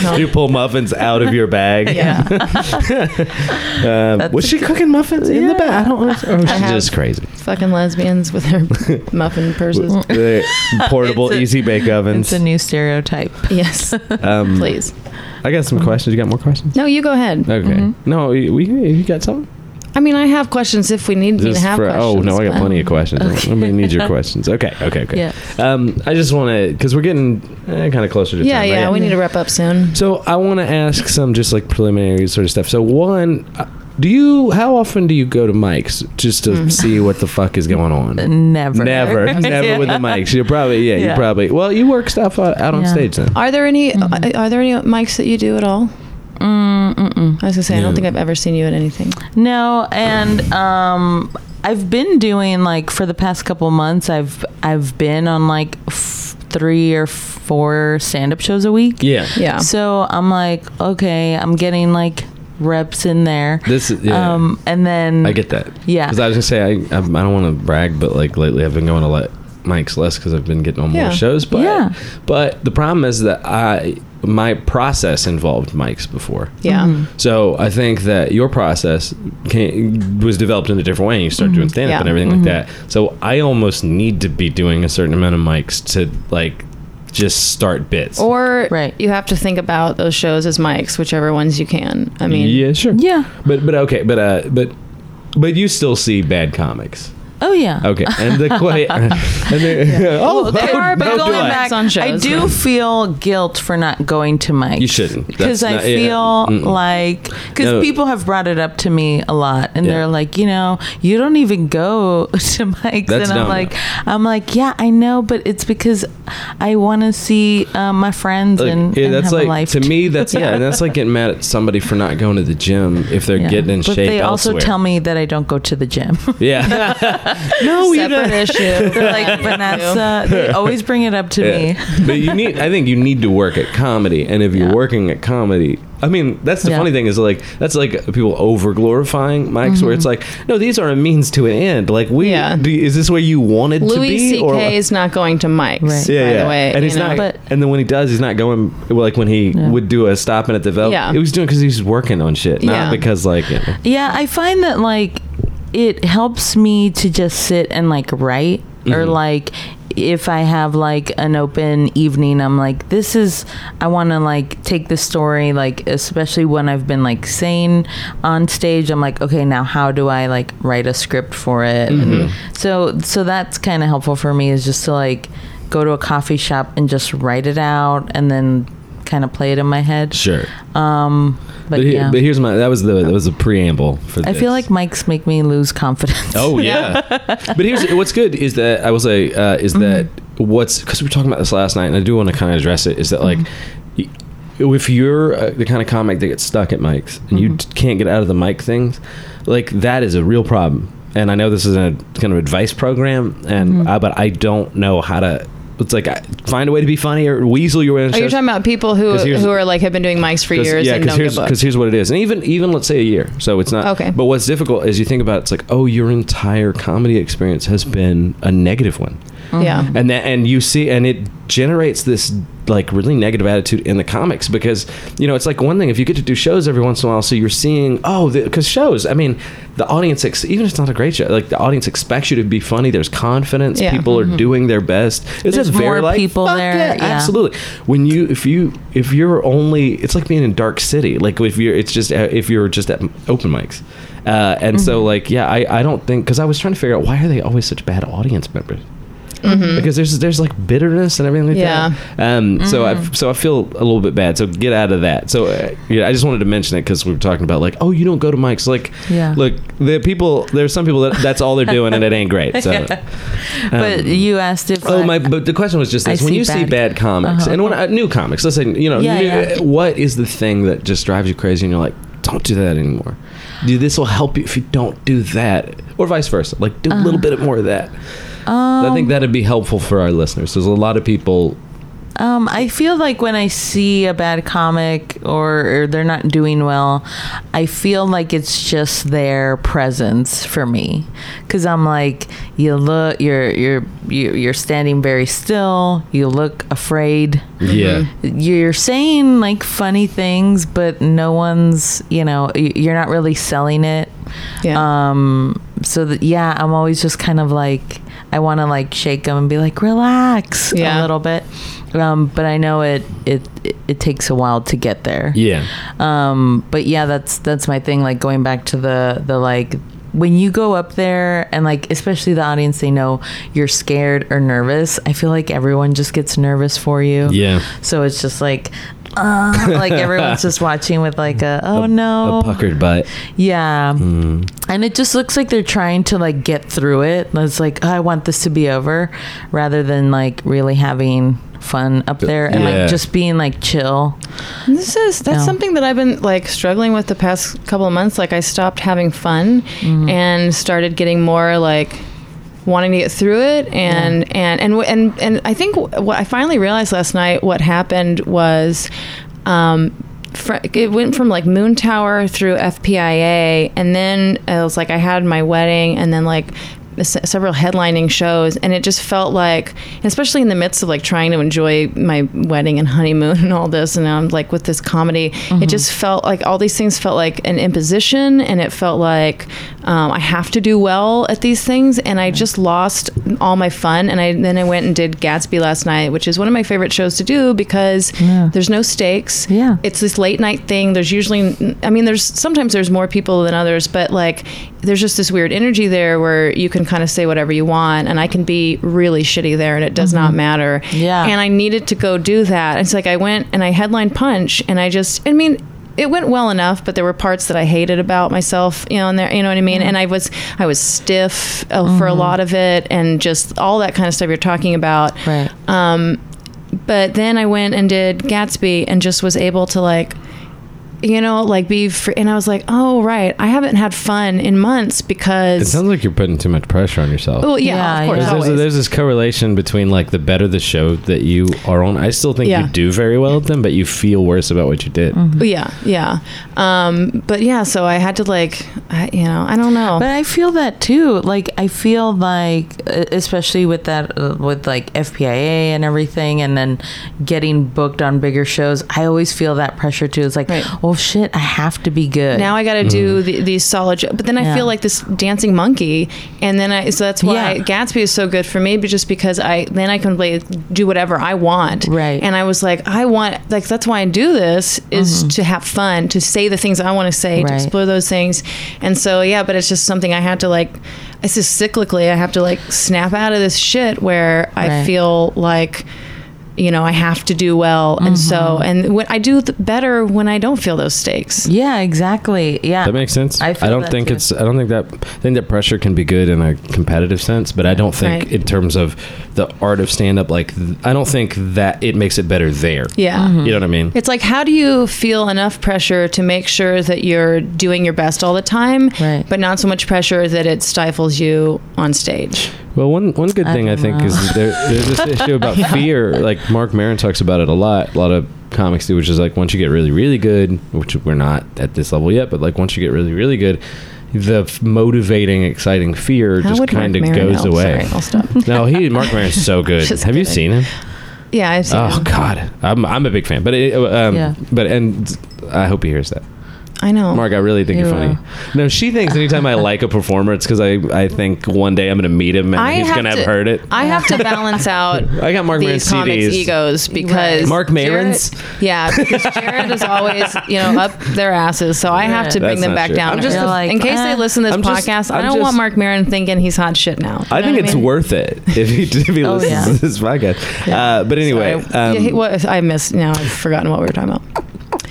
done. you pull muffins out of your bag Yeah. Um, was she cooking muffins in the bag? I don't. Or was she have- Oh, just crazy? Fucking lesbians with their muffin purses. The portable It's a- easy bake ovens. it's a new stereotype. yes. um, Please. I got some questions. You got more questions? Mm-hmm. No, Mm-hmm. you go ahead. Okay. No, we, we you got something? I mean, I have questions if we need me to Just have for- questions. oh no, I got but- plenty of questions. I'm gonna need your questions. Okay. Okay. Okay. Yeah. Um, I just want to because we're getting eh, kind of closer to Yeah, time, yeah. right? We need to wrap up soon. So I want to ask some just like preliminary sort of stuff. So one, uh, do you? How often do you go to mics just to Mm-hmm. see what the fuck is going on? Never. Never, never with the mics. You probably, yeah, you Yeah. probably. Well, you work stuff out, out on Yeah. stage then. Are there any? uh, Are, are there any mics that you do at all? Mm, mm-mm. I was gonna say I No. don't think I've ever seen you at anything. No, and um, I've been doing like for the past couple months, I've I've been on like f- three or four stand up shows a week. Yeah, Yeah. So I'm like, okay, I'm getting like reps in there. This is yeah. Um, and then I get that. yeah. because I was gonna say I I, I don't want to brag, but like lately I've been going to let mics less because I've been getting on more Yeah. shows. But Yeah. but the problem is that I my process involved mics before. yeah. mm-hmm. So I think that your process can, was developed in a different way. and You start doing stand up Yeah. and everything like that. So I almost need to be doing a certain amount of mics to like just start bits. Or Right. you have to think about those shows as mics, whichever ones you can. I mean, yeah, sure. Yeah. But but okay, but uh, but but you still see bad comics. Oh yeah. Okay, and the quite and the, oh, Well, there how- are, how but do going I? back, on shows, I do yeah. feel guilt for not going to Mike. You shouldn't. That's because I not- yeah, feel mm-mm. like because No. people have brought it up to me a lot, and Yeah. they're like, you know, you don't even go to Mike's, That's and I'm dumb, like, though. I'm like, yeah, I know, but it's because I want to see uh, my friends Like, and, yeah, and that's have like a life to too. me. That's yeah, and that's like getting mad at somebody for not going to the gym if they're Yeah. getting in but shape. they also elsewhere. tell me that I don't go to the gym. yeah. no, you separate issue. They're like, Vanessa, they always bring it up to me. Yeah. but you need I think you need to work at comedy and if you're Yeah. working at comedy I mean that's the Yeah. funny thing is like that's like people over glorifying mics Mm-hmm. where it's like no these are a means to an end like we Yeah. do, is this where you wanted to Louis be or C.K. is not going to mics. Right. yeah, by yeah. the way, and he's you know. not. But- and then when he does, he's not going. Like when he Yeah. would do a stopping at the Velvet, Yeah. he was doing because he's working on shit, not Yeah. because like. You know. Yeah, I find that like it helps me to just sit and like write or Mm-hmm. like if I have like an open evening, I'm like, this is, I want to like take this story, like, especially when I've been like sane on stage, I'm like, okay, now how do I like write a script for it? And Mm-hmm. so, so that's kind of helpful for me is just to like go to a coffee shop and just write it out and then kind of play it in my head. Sure, Um, but, but, he- yeah. but here's my that was the that was the preamble for. I this. feel like mics make me lose confidence. Oh yeah. but here's what's good is that I will say uh, is that what's because we were talking about this last night, and I do want to kind of address it. Is that like. y- If you're uh, the kind of comic that gets stuck at mics and you t- can't get out of the mic things, like that is a real problem. And I know this is a kind of advice program, and uh, but I don't know how to. It's like I, find a way to be funny or weasel your way. into Are you shows. Oh, talking about people who 'Cause here's- who are like have been doing mics for Cause, years yeah, and because don't here's, give up? 'cause here's what it is, and even even let's say a year, so it's not Okay. But what's difficult is you think about it, it's like oh, your entire comedy experience has been a negative one, Mm-hmm. Yeah. and that and you see and it generates this like really negative attitude in the comics because you know it's like one thing if you get to do shows every once in a while so you're seeing oh because shows i mean the audience ex- even if it's not a great show like the audience expects you to be funny there's confidence Yeah. people are doing their best it's Mm-hmm. There's just very more like people fuck there, yeah, yeah. absolutely when you if you if you're only it's like being in dark city like if you're it's just uh, if you're just at open mics uh, and Mm-hmm. so like yeah i i don't think because i was trying to figure out why are they always such bad audience members Mm-hmm. because there's there's like bitterness and everything like Yeah. that. Um, so I Mm-hmm. so I feel a little bit bad. So get out of that. So uh, yeah, I just wanted to mention it because we were talking about like, oh, you don't go to mics. Like, Yeah. look, the people there's some people that that's all they're doing and it ain't great. So, But um, you asked if Oh I- my! But the question was just I this: when see you see bad- bad comics Uh-huh. and when uh, new comics, let's say you know, Yeah, new- yeah. what is the thing that just drives you crazy, and you're like, don't do that anymore. Do this will help you if you don't do that, or vice versa. Like do a Uh-huh. little bit more of that. I think that'd be helpful for our listeners. There's a lot of people. Um, I feel like when I see a bad comic or, or they're not doing well, I feel like it's just their presence for me, because I'm like, you look, you're you're you- you're standing very still, you look afraid, Yeah. you're saying like funny things, but no one's, you know, y- you're not really selling it. Yeah. Um, so that, yeah, I'm always just kind of like, I want to like shake them and be like, relax Yeah. a little bit. Um, but I know it, it, it, it takes a while to get there. Yeah. Um, but yeah, that's, that's my thing. Like going back to the, the like, when you go up there and like, especially the audience, they know you're scared or nervous. I feel like everyone just gets nervous for you. Yeah. So it's just like, uh, like everyone's just watching with like a, Mm. oh no. A puckered butt. Yeah. And it just looks like they're trying to like get through it. It's like, oh, I want this to be over rather than like really having fun up there and Yeah. like just being like chill. This is that's No. something that I've been like struggling with the past couple of months. Like I stopped having fun and started getting more like wanting to get through it and and and wh- and and I think wh- what I finally realized last night what happened was um fr- it went from like Moon Tower through FPIA and then it was like I had my wedding and then like s- several headlining shows and it just felt like especially in the midst of like trying to enjoy my wedding and honeymoon and all this and I'm like with this comedy it just felt like all these things felt like an imposition and it felt like um, I have to do well at these things and I just lost all my fun and I then I went and did Gatsby last night which is one of my favorite shows to do because Yeah. there's no stakes Yeah. it's this late night thing there's usually i mean there's sometimes there's more people than others but like there's just this weird energy there where you can kind of say whatever you want and i can be really shitty there and it does not matter Mm-hmm. Yeah. and i needed to go do that it's like i went and i headlined punch and i just i mean it went well enough, but there were parts that I hated about myself, you know, and there, you know what I mean. Mm-hmm. And I was, I was stiff uh, for a lot of it, and just all that kind of stuff you're talking about Right. Um, but then I went and did Gatsby and just was able to like you know like be free and I was like oh right I haven't had fun in months It because sounds like you're putting too much pressure on yourself. well yeah, Yeah, of course yeah. there's, always. there's, there's this correlation between like the better the show that you are on. I still think Yeah. you do very well at them, but you feel worse about what you did. Mm-hmm. yeah yeah um but yeah so I had to like I, you know I don't know But I feel that too. Like I feel like, uh, especially with that, uh, with like FPIA and everything, and then getting booked on bigger shows. I always feel that pressure too. It's like, Right. oh shit, I have to be good. now I got to do the, these solid, jo- but then I mm-hmm. Yeah. feel like this dancing monkey, and then I so that's why Yeah. Gatsby is so good for me, but just because I then I can play, do whatever I want, Right. And I was like, I want like that's why I do this is to have fun, to say the things I want to say, to Mm-hmm. Right. explore those things, and so yeah, but it's just something I had to like. It's just cyclically I have to like snap out of this shit where I Right. feel like you know I have to do well, Mm-hmm. and so and when I do th- better when I don't feel those stakes. yeah, exactly. Yeah, That makes sense. I I, feel don't that think too. it's. I don't think that. I think that pressure can be good in a competitive sense, but I don't think Right. in terms of the art of stand up. Like th- I don't think that it makes it better there. Yeah. mm-hmm. You know what I mean? It's like, how do you feel enough pressure to make sure that you're doing your best all the time, Right. but not so much pressure that it stifles you on stage? Well, one one good thing I don't think know. is that there, there's this issue about fear. Like Mark Maron talks about it a lot. A lot of comics do, which is like once you get really, really good, which we're not at this level yet, but like once you get really, really good, the f- motivating, exciting fear How just would Mark kind of Maron goes know? away. Sorry, I'll stop. No, he Mark Maron's so good. Have Just you kidding. seen him? Yeah, I've seen Oh him. God, I'm I'm a big fan. But it, um, Yeah. but and I hope he hears that. I know. Mark, I really think you're You funny. will. No, she thinks anytime I like a performer, it's because I, I think one day I'm going to meet him and I he's have going to have to- heard it. I have to balance out I got Mark Maron's these comics' CDs. egos because Mark Maron's? Jared- yeah, because Jared is always you know up their asses, so I have to That's bring them not back true. down. I'm to just earth. a- like, in case eh. they listen to this I'm just- podcast, I I'm don't want just- Mark Maron thinking he's hot shit now. I think it's mean? Oh, worth it if he, if he listens yeah. to this podcast. Uh, but I, anyway, yeah, um, he- what, I missed. Now I've forgotten what we were talking about.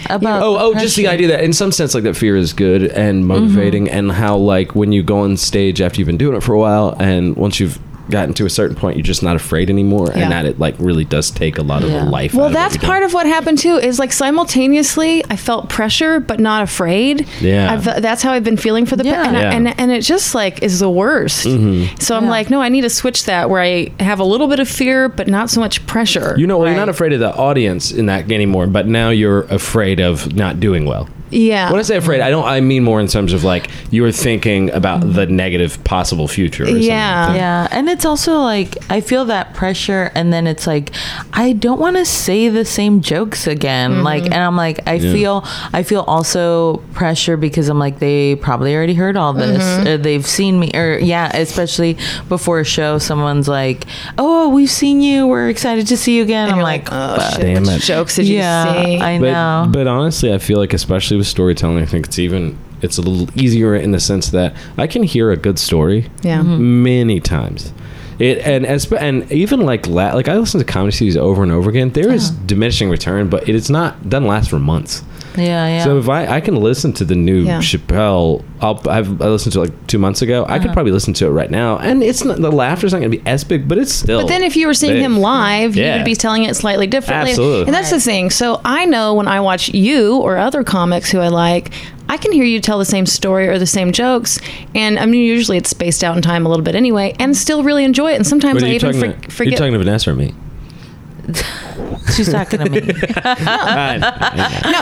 About oh oh, just the pressure. idea that in some sense, like that fear is good and Mm-hmm. motivating, and how like when you go on stage after you've been doing it for a while, and once you've gotten to a certain point, you're just not afraid anymore, Yeah. and that it like really does take a lot of Yeah. the life. Well, that's part of what happened too. Is like simultaneously, I felt pressure but not afraid. Yeah. I've, that's how I've been feeling for the pa- Yeah. and, I- Yeah. Mm-hmm. and and it just like is the worst. So I'm Yeah. like, no, I need to switch that where I have a little bit of fear but not so much pressure. You know, well, you're Right. not afraid of the audience in that anymore, but now you're afraid of not doing well. yeah. When I say afraid, I don't. I mean more in terms of like you were thinking about the negative possible future. Or something. Yeah. Yeah, and it's also like I feel that pressure, and then it's like I don't want to say the same jokes again. Like, and I'm like I feel I feel also pressure because I'm like they probably already heard all this, or they've seen me, or yeah, especially before a show, someone's like, "Oh, we've seen you. We're excited to see you again." I'm You're like, oh shit, Damn which it. jokes did yeah, you see? I But know. but honestly, I feel like especially with storytelling, I think it's even it's a little easier in the sense that I can hear a good story. yeah. many times. It and as and even like la- like I listen to comedy series over and over again. There is diminishing return, but it's not doesn't last for months. yeah, yeah. So if I, I can listen to the new Yeah. Chappelle, I'll, I've I listened to it like two months ago. I Uh-huh. could probably listen to it right now, and it's not the laughter's not going to be as big, but it's still. But then if you were seeing big. him live, you Yeah. would be telling it slightly differently. Absolutely. And that's the thing. So I know when I watch you or other comics who I like, I can hear you tell the same story or the same jokes. And I mean, usually it's spaced out in time a little bit anyway, and still really enjoy it. And sometimes What I are you even talking for, to? You're forget. talking to Vanessa or me? She's talking to me. no,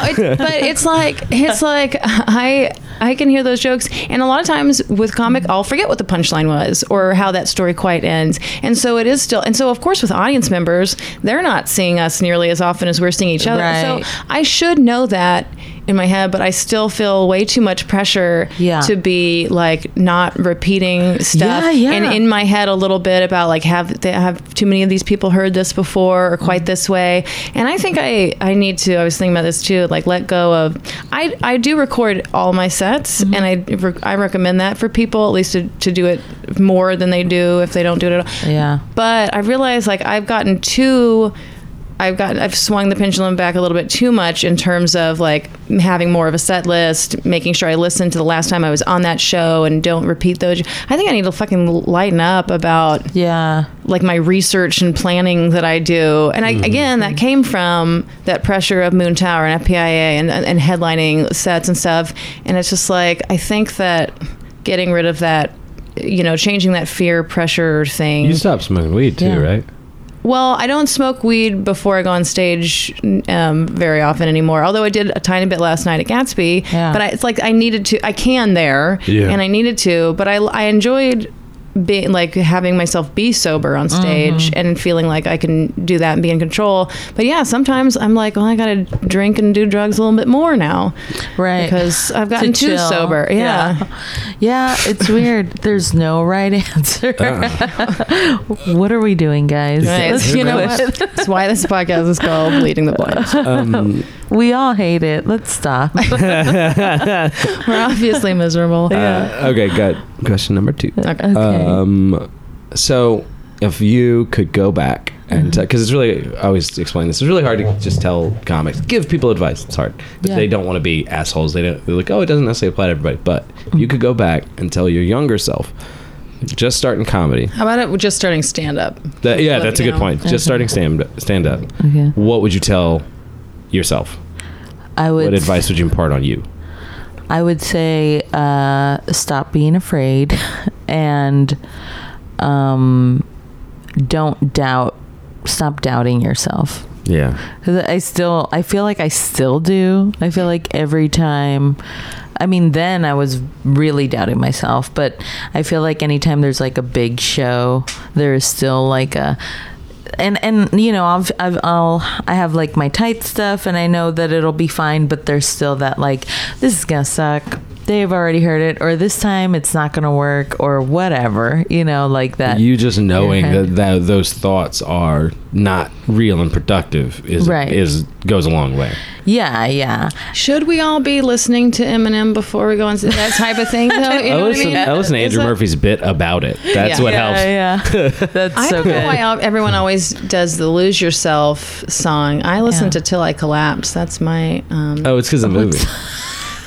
it, but it's like it's like I I can hear those jokes, and a lot of times with comic, I'll forget what the punchline was or how that story quite ends, and so it is still. And so, of course, with audience members, they're not seeing us nearly as often as we're seeing each other. Right. So I should know that in my head, but I still feel way too much pressure Yeah. to be like not repeating stuff Yeah, yeah. and in my head a little bit about like have they have too many of these people heard this before or quite this way and i think i i need to i was thinking about this too like let go of i i do record all my sets and i re- i recommend that for people at least to, to do it more than they do if they don't do it at all yeah. but I realized like I've gotten too I've gotten I've swung the pendulum back a little bit too much in terms of like having more of a set list, making sure I listen to the last time I was on that show and don't repeat those. I think I need to fucking lighten up about Yeah. like my research and planning that I do. And I, again, that came from that pressure of Moon Tower and FPIA and, and headlining sets and stuff. And it's just like, I think that getting rid of that, you know, changing that fear pressure thing. You stopped smoking weed too, Yeah. right? Well, I don't smoke weed before I go on stage um, very often anymore. Although I did a tiny bit last night at Gatsby, Yeah. but I, it's like I needed to. I can there, Yeah. and I needed to. But I, I enjoyed being like having myself be sober Mm-hmm. on stage and feeling like I can do that and be in control. But yeah, sometimes I'm like, well, I gotta drink and do drugs a little bit more now Right. because I've To gotten too chill. sober. Yeah. yeah. Yeah, it's weird. There's no right answer. Uh-uh. what are we doing, guys? Right. Let's You know quit. what? That's why this podcast is called Leading the Blind. Um, We all hate it. Let's stop. We're obviously miserable. Uh, okay, good. Question number two. Okay. Um, so if you could go back and Mm-hmm. because it's really, I always explain this. It's really hard to just tell comics, give people advice. It's hard, but Yeah. they don't want to be assholes. They don't. They're like, oh, it doesn't necessarily apply to everybody. But Mm-hmm. you could go back and tell your younger self, just starting comedy. How about it just starting stand up? That, yeah, Let that's a me good know. point. Just starting stand stand up. Okay. What would you tell yourself? I would What advice would you impart on you? I would say uh, stop being afraid and um, don't doubt stop doubting yourself. Yeah, 'Cause I still, I feel like I still do. I feel like every time, I mean, then I was really doubting myself, but I feel like anytime there's like a big show, there is still like a, and and you know I've, I've I'll I have like my tight stuff and I know that it'll be fine but there's still that like this is gonna suck they've already heard it or this time it's not gonna work or whatever you know like that you just knowing your that, head. that those thoughts are not real and productive is Right. is goes a long way. yeah yeah Should we all be listening to Eminem before we go into that type of thing, though? You I know what I listen, mean? I listen to Is Andrew that- Murphy's bit about it. That's Yeah. what yeah helps. yeah that's I so don't good know why al- everyone always does the "Lose Yourself" song. I listen Yeah. to "Till I Collapse." That's my. Um, Oh, it's because of the movie.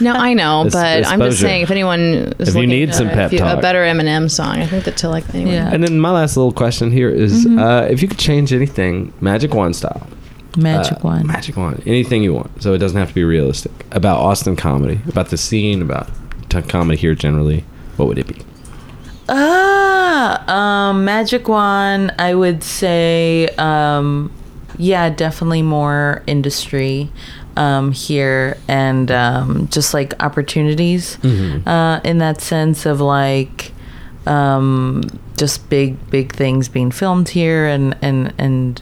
no, I know, It's- but I'm just exposure. saying, if anyone is If you looking need for some a pep few- talk. a better Eminem song, I think that "Till I anyway. Yeah. And then my last little question here is, uh, if you could change anything, magic wand style, magic uh, one magic wand, anything you want, so it doesn't have to be realistic about Austin comedy, about the scene, about t- comedy here generally. What would it be? Ah, um, magic wand. I would say, um, yeah, definitely more industry um, here, and um, just like opportunities uh, in that sense of like um, just big, big things being filmed here, and and and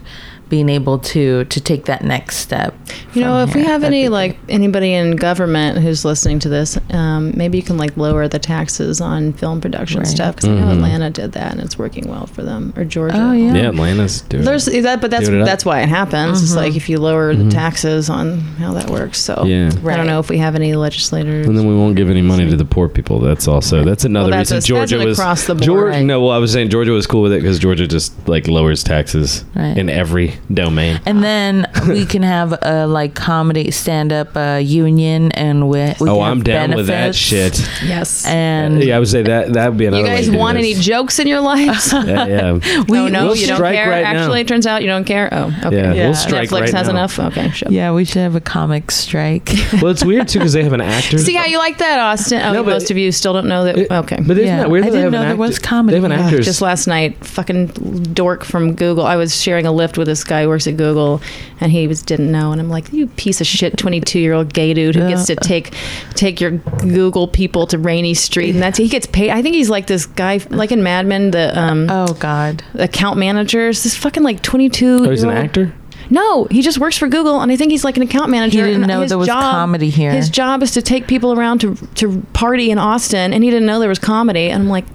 being able to to take that next step. You know, from if we here. have That'd any be like anybody in government who's listening to this, um, maybe you can like lower the taxes on film production Right. stuff because I know Atlanta did that and it's working well for them or Georgia. Oh, yeah. Mm-hmm. Yeah, Atlanta's doing. There's that, but that's Give it up. Mm-hmm. that's why it happens. It's Mm-hmm. like if you lower the taxes on how that works. So Yeah. I Right. don't know if we have any legislators. And then we won't give any money to the poor people. That's also that's another Well, that's reason a- that's Georgia an was across the board, Georgia, right. No, well, I was saying Georgia was cool with it because Georgia just like lowers taxes Right. in every domain. And then we can have a like comedy stand up uh, union, and we, we oh, can I'm have down with that benefits. shit. yes. And yeah, I would say that that would be another. Uh, you way guys to do want any this. jokes in your lives? oh Yeah, yeah. we no, we'll you don't strike care. right now. Actually, it turns out you don't care. Oh, okay. Yeah, Yeah. we'll strike Netflix right has now. enough. Okay, sure. Yeah, we should have a comic strike. Well, it's weird too because they have an actor. See how you like that, Austin? Oh, No, but- most of you still don't know that. It- okay. But isn't Yeah. that weird? I that they didn't have know an there actor- was comedy. They have an Yeah. actor's. Uh, Just last night, fucking dork from Google. I was sharing a lift with this guy who works at Google, and he was didn't know. And I'm like, you piece of shit, 22 year old gay dude who gets to take take your Google people to Rainy Street, and that's he gets paid. I think he's like this guy, like in Mad Men, the um, oh God, account manager. It's this fucking like 22. oh, he's an actor. No, he just works for Google, and I think he's like an account manager. He didn't and know his there was comedy here. His job is to take people around to to party in Austin, and he didn't know there was comedy. And I'm like,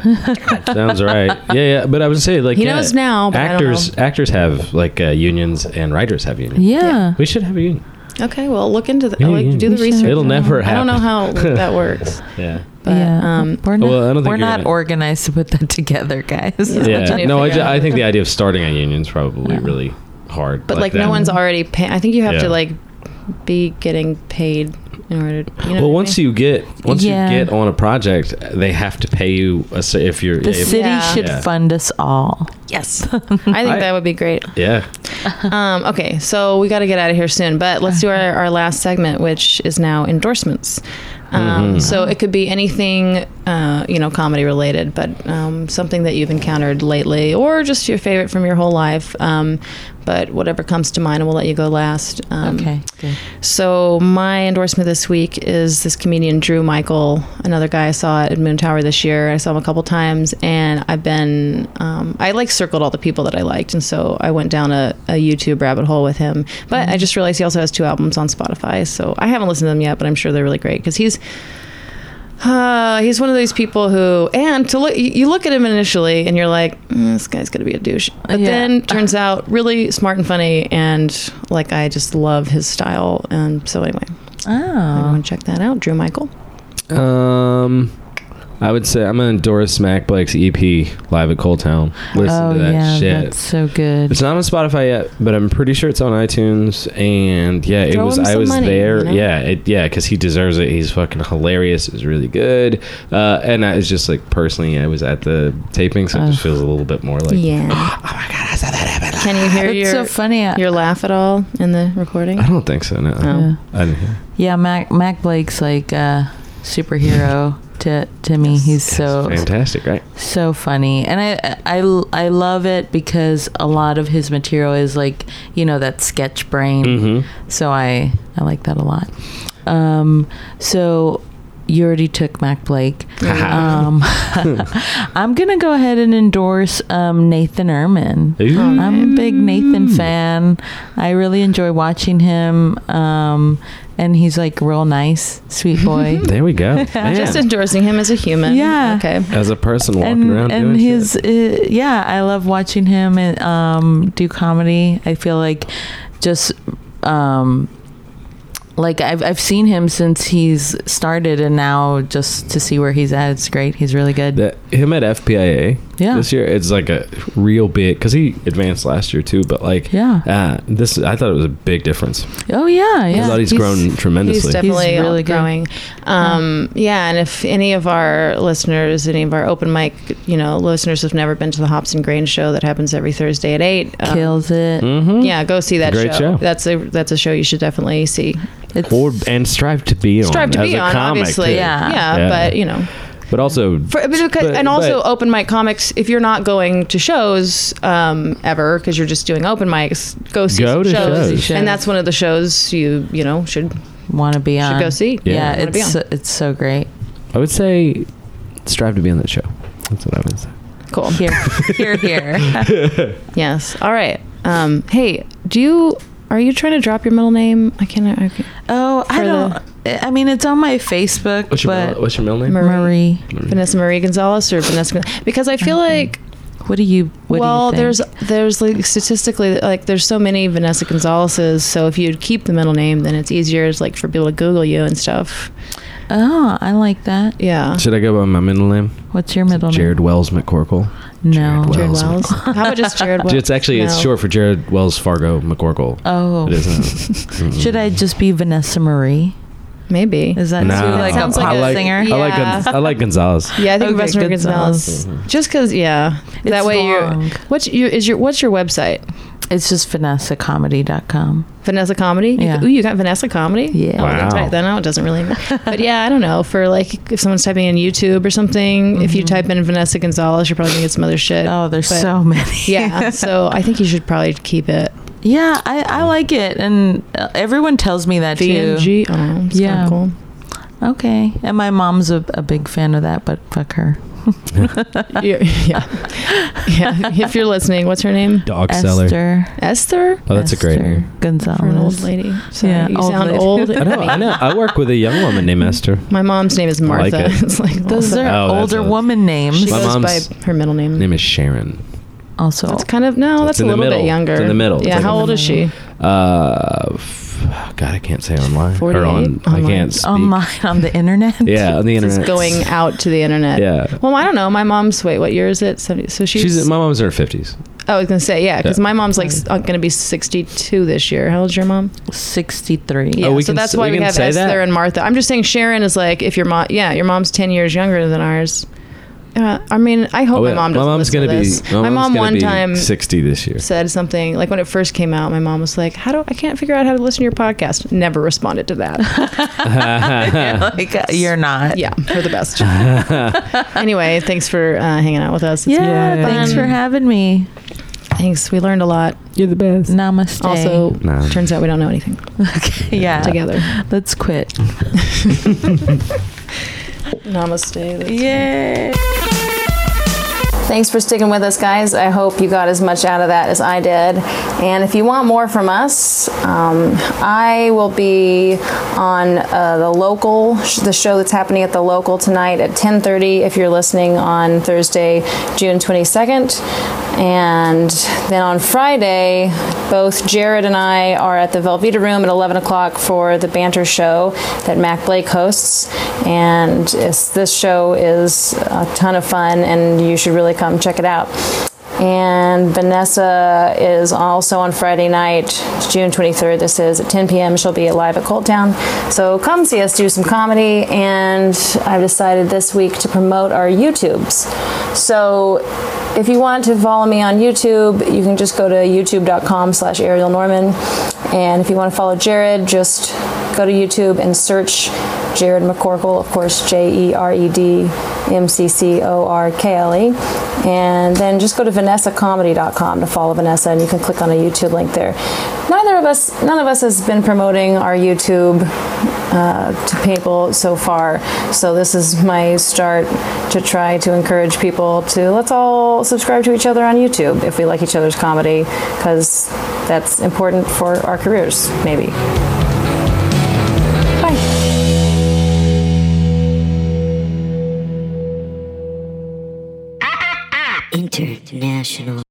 Sounds right. Yeah, yeah. But I would say like He yeah, knows now, but I don't actors actors have like uh, unions and writers have unions. yeah. We should have a union. okay, well, look into the Yeah, like yeah. do the We research. It'll I don't never know. Mm-hmm. I don't know how happen. that works. Yeah. But, yeah, um, we're not, Well, I don't think we're you're not gonna- organized to put that together, guys. what you yeah. need No, to I, figure ju- out. I think the idea of starting a union is probably really hard. but like, no one's already paying. I think you have Yeah. to like be getting paid in order. to... You know Well, once you get once Yeah. you get on a project, they have to pay you a, s- if you're The if, city Yeah. should Yeah. fund us all. yes, I think that would be great. yeah. Um, okay, so we got to get out of here soon, but let's do our, our last segment, which is now endorsements. Um, So it could be anything, uh, you know, comedy related, but um, something that you've encountered lately or just your favorite from your whole life. Um, but whatever comes to mind, and we'll let you go last. Um, Okay, good. So my endorsement this week is this comedian Drew Michael, another guy I saw at Moon Tower this year. I saw him a couple times, and I've been um, I like circled all the people that I liked, and so I went down a, a YouTube rabbit hole with him. But I just realized he also has two albums on Spotify, so I haven't listened to them yet, but I'm sure they're really great because he's uh, he's one of those people who, and to look, you- you look at him initially and you're like, "Mm, this guy's gonna be a douche. But Yeah. then turns out really smart and funny, and like I just love his style. And so anyway, Oh, everyone check that out, Drew Michael. Um, I would say I'm gonna endorse Mac Blake's EP live at Cold Town. Listen oh to that yeah, shit. that's so good. It's not on Spotify yet, but I'm pretty sure it's on iTunes. And yeah, it Throw was. him I some was money, there. you know? Yeah, it, yeah, because he deserves it. He's fucking hilarious. It's really good. Uh, and I was just like personally, I was at the taping, so it just feels a little bit more like. Yeah. oh my god, I saw that happen. Can you hear It's so your funny. I- your laugh at all in the recording? I don't think so. No, Oh. Yeah. I didn't hear. Yeah, Mac Mac Blake's like a superhero to to me. He's so Fantastic, right? so funny and I, I i love it because a lot of his material is like you know that sketch brain Mm-hmm. so i i like that a lot um so you already took Mac Blake. um, I'm gonna go ahead and endorse um, Nathan Ehrman. Oh, I'm a big Nathan Mm. fan. I really enjoy watching him, um, and he's like real nice, sweet boy. There we go. Man. Just endorsing him as a human. Yeah. Okay. as a person walking and around and doing his shit. uh, yeah, I love watching him and um, do comedy. I feel like just um, like I've I've seen him since he's started, and now just to see where he's at, it's great. He's really good. That, him at FPIA Yeah. this year, it's like a real big because he advanced last year too. But like, Yeah. uh, this I thought it was a big difference. oh yeah, I yeah. thought he's, grown tremendously. He's definitely He's really good. growing. Um, yeah, and if any of our listeners, any of our open mic, you know, listeners have never been to the Hops and Grain show that happens every Thursday at eight, um, kills it. Hmm. Mm-hmm. yeah, go see that Great show. That's a that's a show you should definitely see. It's, or and strive to be on. Strive to as be a on, comic, obviously. too. Yeah. yeah, Yeah. but you know, But also, For, but because, But- and also but- open mic comics. If you're not going to shows um, ever because you're just doing open mics, go see Go some to shows. shows. and that's one of the shows you you know should want to be on. go see. Yeah, Yeah. Wanna be it's on. so, it's so great. I would say strive to be on that show. That's what I would say. cool. Here, here, here. Yes. All right. Um, hey, do you are you trying to drop your middle name? I can't. I can't. Oh, I For don't. I mean, it's on my Facebook, What's your but middle, what's your middle name? Marie. Marie, Vanessa Marie Gonzalez or Vanessa? Gon- Because I feel like what do you? What well, do you there's think? there's like statistically like there's so many Vanessa Gonzalez's. So if you'd keep the middle name, then it's easier it's like for people to Google you and stuff. Oh, I like that. Yeah. Should I go by my middle name? What's your middle Jared Wells McCorkle. name? No. Jared Jared Wells. Wells. How about just Jared Wells? It's actually it's No. short for Jared Wells Fargo McCorkle. Oh, It uh, isn't. should I just be Vanessa Marie? Maybe. Is that No. too, like Sounds a like pop a- singer? I like Yeah. Gonz- I like Gonzalez. Yeah, I think Okay, Vanessa Marie Gonzalez. Gonzalez. Mm-hmm. Just because, yeah. that It's way long. you're. What's your is your what's your website? It's just VanessaComedy.com. Vanessa Comedy. Yeah. You, ooh, you got Vanessa Comedy. Yeah. Oh, that's Wow. right. Then no, it doesn't really. but yeah, I don't know. For like, if someone's typing in YouTube or something, if you type in Vanessa Gonzalez, you're probably gonna get some other shit. Mm-hmm. Oh, there's But- so many. Yeah. so I think you should probably keep it yeah. I, Mm. I like it, and uh, everyone tells me that too. VNG. Oh, it's Yeah. yeah. Cool. Okay, and my mom's a, a big fan of that, but fuck her. You're- yeah. Yeah. If you're listening, what's her name? Dog seller. Esther. Esther. Oh, that's a great Esther name. For an old Gonzalez. lady. Sorry, Yeah, you old sound lady. old. I know. I know. I work with a young woman named Esther. My mom's name is like Martha. it. it's like Those also- are Oh, that's older a- woman She names. My goes mom's by her middle name. Her name is Sharon. also, That's kind of no. it's That's a in the little bit middle. younger. It's in the middle. It's Yeah. like how in old the is she? Mm-hmm. Uh, f- God, I can't say online. Or 48? on, I Online. can't speak. on mine on the internet. Yeah, on the This internet. is going out to the internet. Yeah. Well, I don't know. My mom's wait. What year is it? Seventy. So she's. She's my mom's in her fifties. I was gonna say yeah, because Yeah. my mom's like s- Mm-hmm. uh, gonna be sixty-two this year. How old's your mom? Sixty-three. Yeah. Oh, we so can that's s- why we we, can have say Esther that? and Martha. I'm just saying Sharon is like if your mom. Yeah, your mom's ten years younger than ours. Uh, I mean, I hope Oh, yeah. my mom doesn't my mom's listen to gonna this. be. My, mom's mom gonna one be time sixty this year. said something like when it first came out my mom was like how do i can't figure out how to listen to your podcast never responded to that like uh, you're not. yeah for the best anyway thanks for uh, hanging out with us It's Yeah, been fun. thanks for having me. thanks we learned a lot You're the best. Namaste. also Nah. turns out we don't know anything yeah. together Let's quit. namaste That's- Yay. Thanks for sticking with us, guys. I hope you got as much out of that as I did. And if you want more from us, um, I will be on uh, the local, the show that's happening at the local tonight at 10:30. If you're listening on Thursday, June 22nd, and then on Friday, both Jared and I are at the Velveeta Room at 11 o'clock for the banter show that Mac Blake hosts. And it's, this show is a ton of fun, and you should really come check it out. And Vanessa is also on Friday night, June 23rd. This is at 10 p.m. She'll be live at Colt Town. So come see us do some comedy. And I've decided this week to promote our YouTubes. So if you want to follow me on YouTube, you can just go to youtube.com slash Ariel Norman. And if you want to follow Jared, just go to YouTube and search Jared McCorkle, of course, J E R E D M C C O R K L E. And then just go to VanessaComedy.com to follow Vanessa, and you can click on a YouTube link there. Neither of us, none of us has been promoting our YouTube uh, to people so far. So this is my start to try to encourage people to let's all subscribe to each other on YouTube if we like each other's comedy because that's important for our careers, maybe. Bye. International.